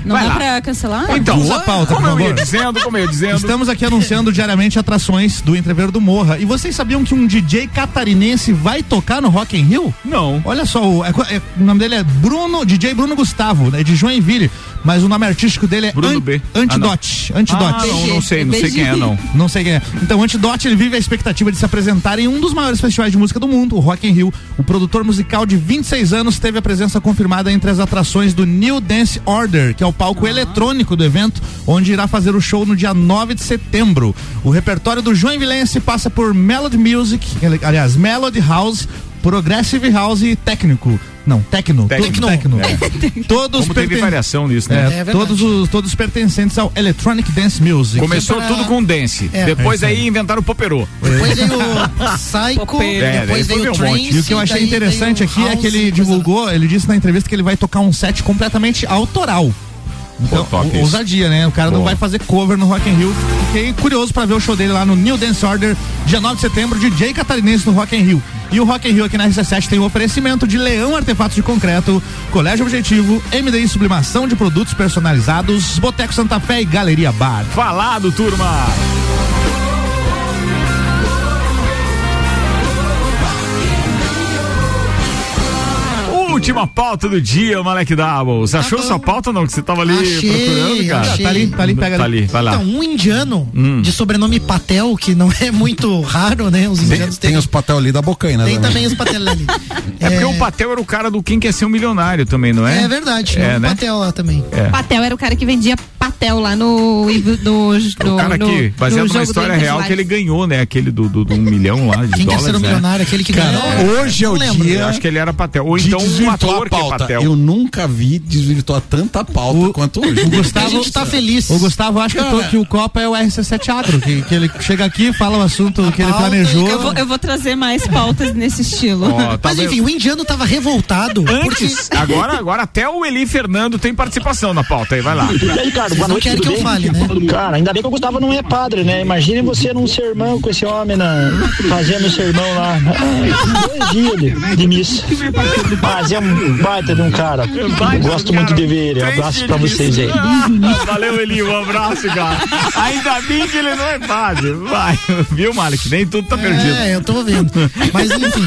Speaker 3: Não
Speaker 2: Vai
Speaker 3: dá
Speaker 2: lá.
Speaker 3: pra cancelar?
Speaker 2: Então,
Speaker 9: Usa a pauta,
Speaker 2: como
Speaker 9: por
Speaker 2: eu ia
Speaker 9: favor.
Speaker 2: dizendo, como eu ia dizendo.
Speaker 9: Estamos aqui anunciando diariamente atrações do Entreveiro do Morra. E vocês sabiam que um DJ catarinense vai tocar no Rock in Rio?
Speaker 2: Não.
Speaker 9: Olha só, o, é co- é- o nome dele é Bruno, DJ Bruno Gustavo, né, de Joinville. Mas o nome artístico dele é
Speaker 2: Bruno B. Ah,
Speaker 9: Antidote.
Speaker 2: não.
Speaker 9: Antidote.
Speaker 2: Ah, não, não sei, não sei quem é, não.
Speaker 9: Não sei quem é. Então, o Antidote, ele vive a expectativa de se apresentar em um dos maiores festivais de música do mundo, o Rock in Rio. O produtor musical de 26 anos teve a presença confirmada entre as atrações do New Dance Order, que é o palco eletrônico do evento, onde irá fazer o show no dia 9 de setembro. O repertório do Joinvilleense passa por Melody Music, ele- aliás, Melody House, Progressive House e Técnico. Não, Tecno.
Speaker 2: Tecno.
Speaker 9: Tudo Tecno.
Speaker 2: É.
Speaker 9: (laughs) Todos
Speaker 2: Como teve
Speaker 9: perten-
Speaker 2: variação nisso,
Speaker 9: É,
Speaker 2: né?
Speaker 9: todos, os, todos pertencentes ao Electronic Dance Music.
Speaker 2: Começou
Speaker 9: Que é pra-
Speaker 2: tudo com dance.
Speaker 9: É.
Speaker 2: Depois
Speaker 9: É isso
Speaker 2: aí inventaram o poperô.
Speaker 9: É.
Speaker 7: Depois veio
Speaker 2: (laughs)
Speaker 7: o Psycho,
Speaker 2: É,
Speaker 7: depois
Speaker 2: daí
Speaker 7: veio o
Speaker 2: foi um monte.
Speaker 7: Trance.
Speaker 9: E o que eu achei
Speaker 7: daí
Speaker 9: interessante
Speaker 7: veio o
Speaker 9: aqui é
Speaker 7: House.
Speaker 9: que ele divulgou, ele disse na entrevista que ele vai tocar um set completamente autoral. Então,
Speaker 2: top
Speaker 9: ou-
Speaker 2: isso.
Speaker 9: ousadia, né? O cara não
Speaker 2: Boa.
Speaker 9: vai fazer cover no Rock in Rio. Fiquei curioso pra ver o show dele lá no New Dance Order, dia 9 de setembro, DJ Catarinense no Rock in Rio. E o Rock in Rio aqui na RC7 tem o oferecimento de Leão Artefatos de Concreto, Colégio Objetivo, MDI Sublimação de Produtos Personalizados, Boteco Santa Fé e Galeria Bar.
Speaker 2: Falado, turma! Última pauta do dia, Malek Doubles. Achou sua pauta não? Que você tava ali
Speaker 7: Achei,
Speaker 2: procurando, cara?
Speaker 7: achei.
Speaker 2: Tá ali, tá ali, pega ali. Vai lá. Hum.
Speaker 7: Então, um indiano de sobrenome Patel, que não (laughs) é muito raro, né? Os
Speaker 6: Tem,
Speaker 7: indianos
Speaker 6: tem os patel Tá ali da bocaina. né?
Speaker 7: têm
Speaker 6: também.
Speaker 7: também os Patel ali.
Speaker 2: é porque o Patel era o cara do Quem Quer Ser um Milionário também, não é?
Speaker 7: É verdade,
Speaker 2: É,
Speaker 7: né?
Speaker 2: né?
Speaker 7: Patel lá também.
Speaker 2: É.
Speaker 5: Patel era o cara que vendia Patel lá no. no, no
Speaker 2: O cara
Speaker 5: no-
Speaker 2: que,
Speaker 5: no
Speaker 2: baseado
Speaker 5: jogo
Speaker 2: numa
Speaker 5: do
Speaker 2: história
Speaker 5: Inter de
Speaker 2: real que ele
Speaker 5: Lages.
Speaker 2: ganhou, né? Aquele do, do, do um milhão lá de
Speaker 7: Quem quer
Speaker 2: dólares.
Speaker 7: ser um
Speaker 2: né?
Speaker 7: milionário? Aquele que
Speaker 2: Cara,
Speaker 7: ganhou?
Speaker 6: hoje é o
Speaker 2: eu
Speaker 6: dia.
Speaker 2: Eu acho que ele era Patel. Ou
Speaker 6: de
Speaker 2: então um
Speaker 6: desvirtuar
Speaker 2: ator
Speaker 6: a
Speaker 2: que é
Speaker 6: pauta.
Speaker 2: Patel.
Speaker 6: Eu nunca vi desvirtuar tanta pauta quanto hoje.
Speaker 2: (laughs)
Speaker 7: O Gustavo,
Speaker 9: tá
Speaker 2: tá
Speaker 7: O Gustavo acha que, to- que o Copa é o RC7 Agro, que, que ele chega aqui, fala o assunto que ele planejou.
Speaker 3: Eu vou, eu vou trazer mais pautas nesse estilo.
Speaker 2: Ó, tá
Speaker 7: Mas
Speaker 2: vendo?
Speaker 7: enfim, o indiano tava revoltado.
Speaker 2: Antes,
Speaker 3: (laughs)
Speaker 2: agora, agora até o Eli Fernando tem participação na pauta aí, vai lá.
Speaker 18: E aí, cara, boa noite. tudo bem?
Speaker 17: né?
Speaker 18: Cara, ainda bem que o Gustavo não é padre, né? Imagine você num sermão com esse homem na, fazendo sermão lá. Ah, Dois dias de, de missa. Mas é um baita de um cara. Gosto muito de um ver ele. Abraço pra vocês aí.
Speaker 2: Valeu, Eli, um abraço, cara. Ainda bem que ele não é padre. Vai, viu, Malik? Nem tudo tá perdido.
Speaker 7: É, eu tô
Speaker 2: (laughs)
Speaker 7: vendo. Mas enfim.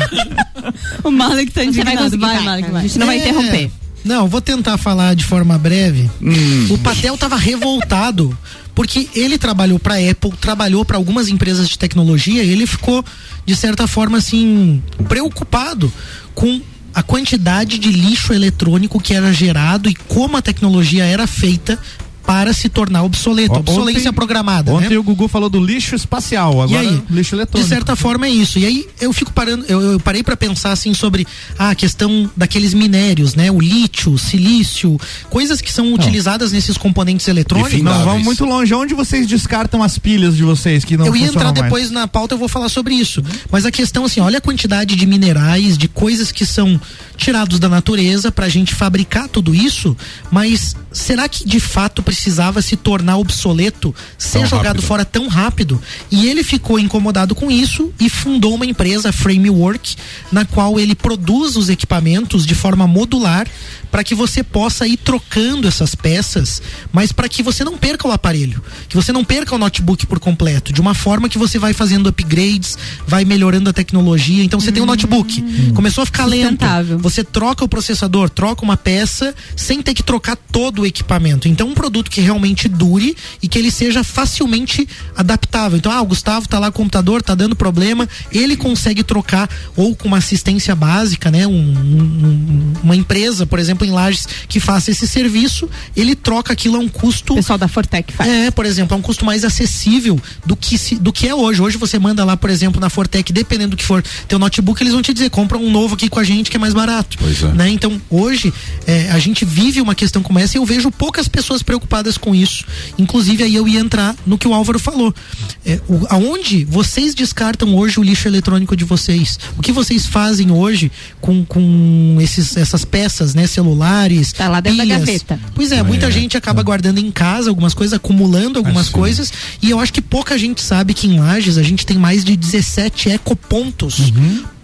Speaker 3: o Malik tá indignado. Vai, Malik, vai. É. A gente não vai interromper.
Speaker 7: Não, vou tentar falar de forma breve.
Speaker 9: Hum.
Speaker 7: O Patel tava revoltado porque ele trabalhou pra Apple, trabalhou pra algumas empresas de tecnologia e ele ficou de certa forma assim preocupado com a quantidade de lixo eletrônico que era gerado e como a tecnologia era feita para se tornar obsoleto,
Speaker 9: Ó,
Speaker 7: obsolência
Speaker 9: ontem-
Speaker 7: programada, né?
Speaker 9: Ontem o Gugu falou do lixo espacial, agora
Speaker 7: e aí,
Speaker 9: lixo eletrônico.
Speaker 7: De certa forma é isso. E aí eu fico parando, eu, eu parei pra pensar assim sobre ah, a questão daqueles minérios, né? O lítio, o silício, coisas que são utilizadas nesses componentes eletrônicos.
Speaker 9: Não, vamos muito longe. Onde vocês descartam as pilhas de vocês que não
Speaker 7: eu ia entrar
Speaker 9: funcionam mais? Uhum.
Speaker 7: depois na pauta, eu vou falar sobre isso. Mas a questão, assim, olha a quantidade de minerais, de coisas que são tirados da natureza pra gente fabricar tudo isso, mas será que de fato precisava se tornar obsoleto, ser
Speaker 13: Tão
Speaker 7: jogado
Speaker 13: rápido.
Speaker 7: fora tão rápido? E ele ficou incomodado com isso e fundou uma empresa, a Framework, na qual ele produz os equipamentos de forma modular para que você possa ir trocando essas peças, mas para que você não perca o aparelho, que você não perca o notebook por completo, de uma forma que você vai fazendo upgrades, vai melhorando a tecnologia. Então você tem um notebook, começou a ficar lento, você troca o processador, troca uma peça, sem ter que trocar todo o equipamento. Então um produto que realmente dure e que ele seja facilmente adaptável. Então, ah, o Gustavo tá lá com o computador, tá dando problema, ele consegue trocar ou com uma assistência básica, né? um- um- uma empresa, por exemplo, em Lages, que faça esse serviço, ele troca aquilo a um custo. O pessoal
Speaker 5: da Fortec
Speaker 7: faz. É, por exemplo, a um custo mais acessível do que, se, do que é hoje. Hoje você manda lá, por exemplo, na Fortec, dependendo do que for teu notebook, eles vão te dizer, compra um novo aqui com a gente que é mais barato.
Speaker 6: Pois é.
Speaker 7: Né? Então, hoje, é, a gente vive uma questão como essa e eu vejo poucas pessoas preocupadas com isso. Inclusive, aí eu ia entrar no que o Álvaro falou. É, o- aonde vocês descartam hoje o lixo eletrônico de vocês? O que vocês fazem hoje com, com esses, essas peças, né? Celulares, Tá lá
Speaker 5: dentro da gaveta.
Speaker 7: Pois é,
Speaker 5: Ah,
Speaker 7: muita
Speaker 5: é.
Speaker 7: gente acaba guardando em casa algumas coisas, acumulando algumas coisas. E eu acho que pouca gente sabe que em Lages a gente tem mais de 17 ecopontos.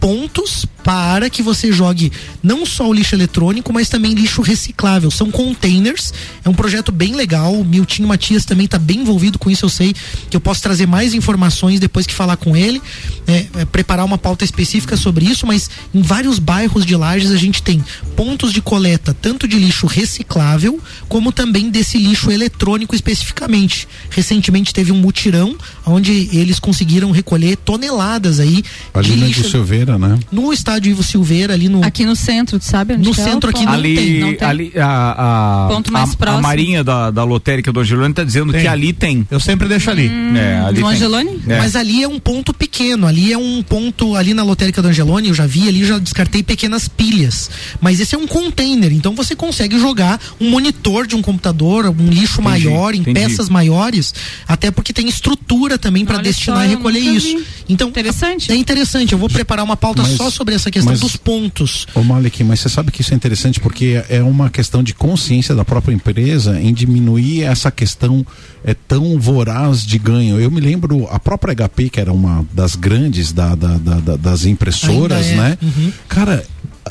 Speaker 7: Pontos para que você jogue não só o lixo eletrônico, mas também lixo reciclável. São containers. É um projeto bem legal. O Miltinho Matias também está bem envolvido com isso. Eu sei que eu posso trazer mais informações depois que falar com ele, né, é, preparar uma pauta específica sobre isso. Mas em vários bairros de Lages a gente tem pontos de coleta, tanto de lixo reciclável, como também desse lixo eletrônico especificamente. Recentemente teve um mutirão onde eles conseguiram recolher toneladas aí
Speaker 6: Ali no
Speaker 7: de
Speaker 6: de
Speaker 7: lixo.
Speaker 6: Silveira, né?
Speaker 7: No estádio Ivo Silveira, ali no.
Speaker 3: Aqui no centro, tu sabe? Onde
Speaker 7: No
Speaker 3: que é o
Speaker 7: centro aqui
Speaker 3: ponto?
Speaker 2: ali, ali a, a,
Speaker 3: Ponto mais
Speaker 2: a- a
Speaker 3: próximo.
Speaker 2: Marinha da, da lotérica do Angelone tá dizendo que ali tem.
Speaker 9: Eu sempre deixo ali.
Speaker 2: é, ali
Speaker 13: um
Speaker 2: tem. É.
Speaker 7: Mas ali é um ponto pequeno, ali é um ponto, ali na lotérica do Angelone, eu já vi, ali já descartei pequenas pilhas. Mas esse é um container, então você consegue jogar um monitor de um computador, um lixo maior, em
Speaker 13: entendi.
Speaker 7: peças maiores, até porque tem estrutura também para destinar
Speaker 13: só,
Speaker 7: e
Speaker 13: eu
Speaker 7: recolher
Speaker 13: nunca
Speaker 7: isso.
Speaker 13: vi.
Speaker 7: Então, interessante. É interessante, eu vou preparar uma pauta
Speaker 6: Mas-
Speaker 7: só sobre essa questão
Speaker 6: mas-
Speaker 7: dos pontos.
Speaker 6: Ô Malik, mas você sabe que isso é interessante porque é uma questão de consciência da própria empresa em diminuir essa questão é tão voraz de ganho. Eu me lembro a própria HP, que era uma das grandes da- da- da- da- das impressoras,
Speaker 13: Ainda é.
Speaker 7: Uhum.
Speaker 6: né? Cara,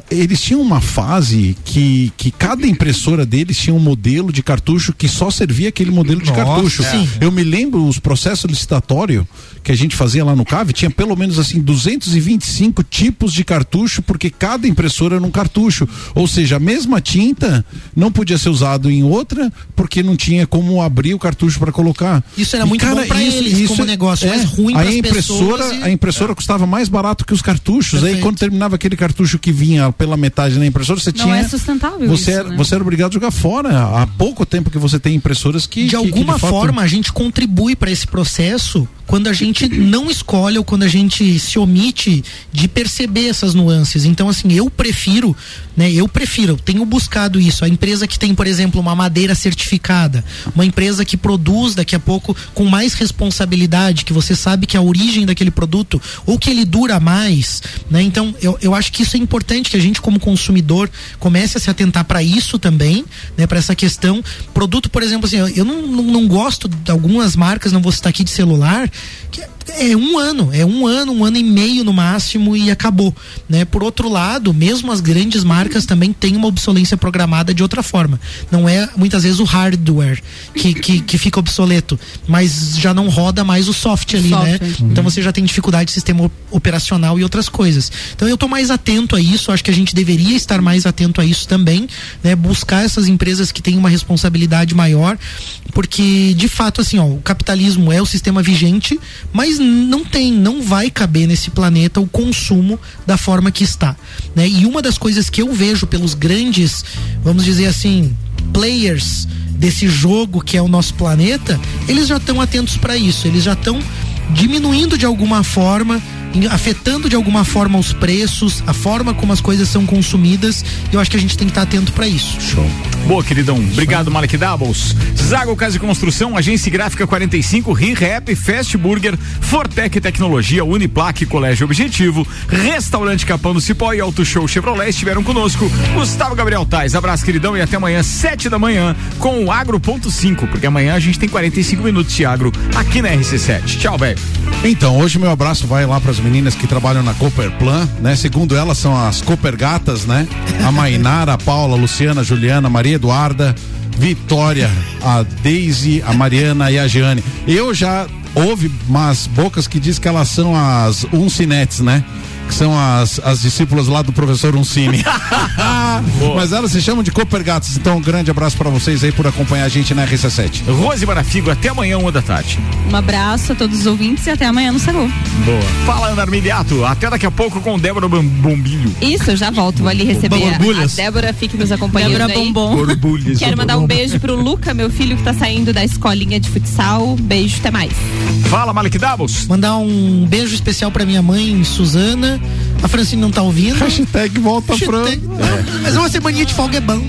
Speaker 6: eles tinham uma fase que, que cada impressora deles tinha um modelo de cartucho que só servia aquele modelo de
Speaker 13: Nossa, é.
Speaker 6: cartucho.
Speaker 13: sim.
Speaker 6: Eu me lembro os processos licitatórios que a gente fazia lá no CAV, tinha pelo menos assim 225 tipos de cartucho, porque cada impressora era um cartucho. Ou seja, a mesma tinta não podia ser usado em outra, porque não tinha como abrir o cartucho para colocar.
Speaker 7: Isso era muito bom pra eles como negócio, mas ruim
Speaker 6: é a
Speaker 7: pras
Speaker 6: impressora,
Speaker 7: pessoas e-
Speaker 6: A impressora custava mais barato que os cartuchos. Aí quando terminava aquele cartucho que vinha pela metade na impressora, você
Speaker 3: Não
Speaker 6: tinha.
Speaker 3: é sustentável
Speaker 6: Você,
Speaker 3: isso,
Speaker 6: era,
Speaker 3: né?
Speaker 6: você era obrigado a jogar fora. Há pouco tempo que você tem impressoras que. que-
Speaker 7: de
Speaker 6: que
Speaker 7: alguma
Speaker 6: fato-
Speaker 7: forma a gente contribui para esse processo quando
Speaker 6: (coughs)
Speaker 7: a gente não escolhe ou quando a gente se omite de perceber essas nuances. Então assim, eu prefiro, né, eu prefiro, eu tenho buscado isso. A empresa que tem, por exemplo, uma madeira certificada, uma empresa que produz daqui a pouco com mais responsabilidade, que você sabe que a origem daquele produto ou que ele dura mais, né? Então, eu, eu acho que isso é importante que a gente como consumidor comece a se atentar para isso também, né, para essa questão. Produto, por exemplo, assim, eu- eu não, não, não gosto de algumas marcas, não vou citar aqui de celular, que é é um ano, é um ano, um ano e meio no máximo e acabou, né? Por outro lado, mesmo as grandes marcas também têm uma obsolência programada de outra forma. Não é muitas vezes o hardware que, que, que fica obsoleto, mas já não roda mais o software ali, né?
Speaker 18: software.
Speaker 7: Então você já tem dificuldade de sistema op- operacional e outras coisas. Então eu tô mais atento a isso, acho que a gente deveria estar mais atento a isso também, né? Buscar essas empresas que têm uma responsabilidade maior, porque de fato assim, ó, o capitalismo é o sistema vigente, mas não tem, não vai caber nesse planeta o consumo da forma que está, né? E uma das coisas que eu vejo pelos grandes, vamos dizer assim, players desse jogo que é o nosso planeta, eles já estão atentos para isso, eles já estão diminuindo de alguma forma, em- afetando de alguma forma os preços, a forma como as coisas são consumidas. E eu acho que a gente tem que estar atento para isso.
Speaker 2: Show. Boa, queridão. Obrigado, Malek Doubles. Zago Casa de Construção, Agência Gráfica 45, RinRap, Fast Burger, Fortec Tecnologia, Uniplac, Colégio Objetivo, Restaurante Capão do Cipó e Auto Show Chevrolet estiveram conosco. Gustavo Gabriel Tais, abraço, queridão, e até amanhã, 7 da manhã, com o Agro.5, porque amanhã a gente tem 45 minutos de agro aqui na RC7. Tchau, velho.
Speaker 6: Então, hoje meu abraço vai lá para as meninas que trabalham na Cooperplan, né? Segundo elas, são as Coopergatas, né? A Mainara, a Paula, a Luciana, a Juliana, a Maria Eduarda, Vitória, a Deise, a Mariana e a Jeane. Eu já ouvi umas bocas que diz que elas são as Uncinetes, né? Que são as, as discípulas lá do professor Uncini. Mas elas se chamam de Coopergatas. Então, um grande abraço para vocês aí por acompanhar a gente na RC7.
Speaker 2: Rose Marafigo, até amanhã, uma da tarde.
Speaker 3: Um abraço a todos os ouvintes e até amanhã no Sagou.
Speaker 2: Boa. Fala, Ana Armiliato. Até daqui a pouco com Débora Bam- Bombilho.
Speaker 5: Isso, eu já volto. Vou ali receber a- a,
Speaker 2: Borbulhas.
Speaker 5: Débora, fique nos acompanhando
Speaker 3: Débora
Speaker 5: aí.
Speaker 3: Bombom.
Speaker 2: Borbulhas.
Speaker 5: Quero mandar um beijo pro Luca, meu filho que tá saindo da escolinha de futsal. Beijo, até mais.
Speaker 2: Fala, Malek Doubles.
Speaker 7: Mandar um beijo especial para minha mãe, Suzana. A Francine não tá ouvindo.
Speaker 6: Hashtag volta
Speaker 7: Mas uma semaninha de folga é bom. (laughs)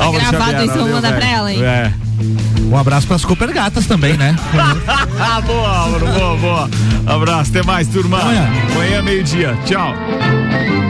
Speaker 2: Álvaro
Speaker 7: gravado,
Speaker 2: Xavier,
Speaker 7: isso eu vou
Speaker 2: valeu,
Speaker 7: mandar
Speaker 2: velho.
Speaker 7: pra ela, hein?
Speaker 2: É. (laughs)
Speaker 9: Um abraço pras Coopergatas também, né?
Speaker 2: boa, Álvaro, boa, boa. Abraço, até mais, turma. Amanhã, meio-dia. Tchau.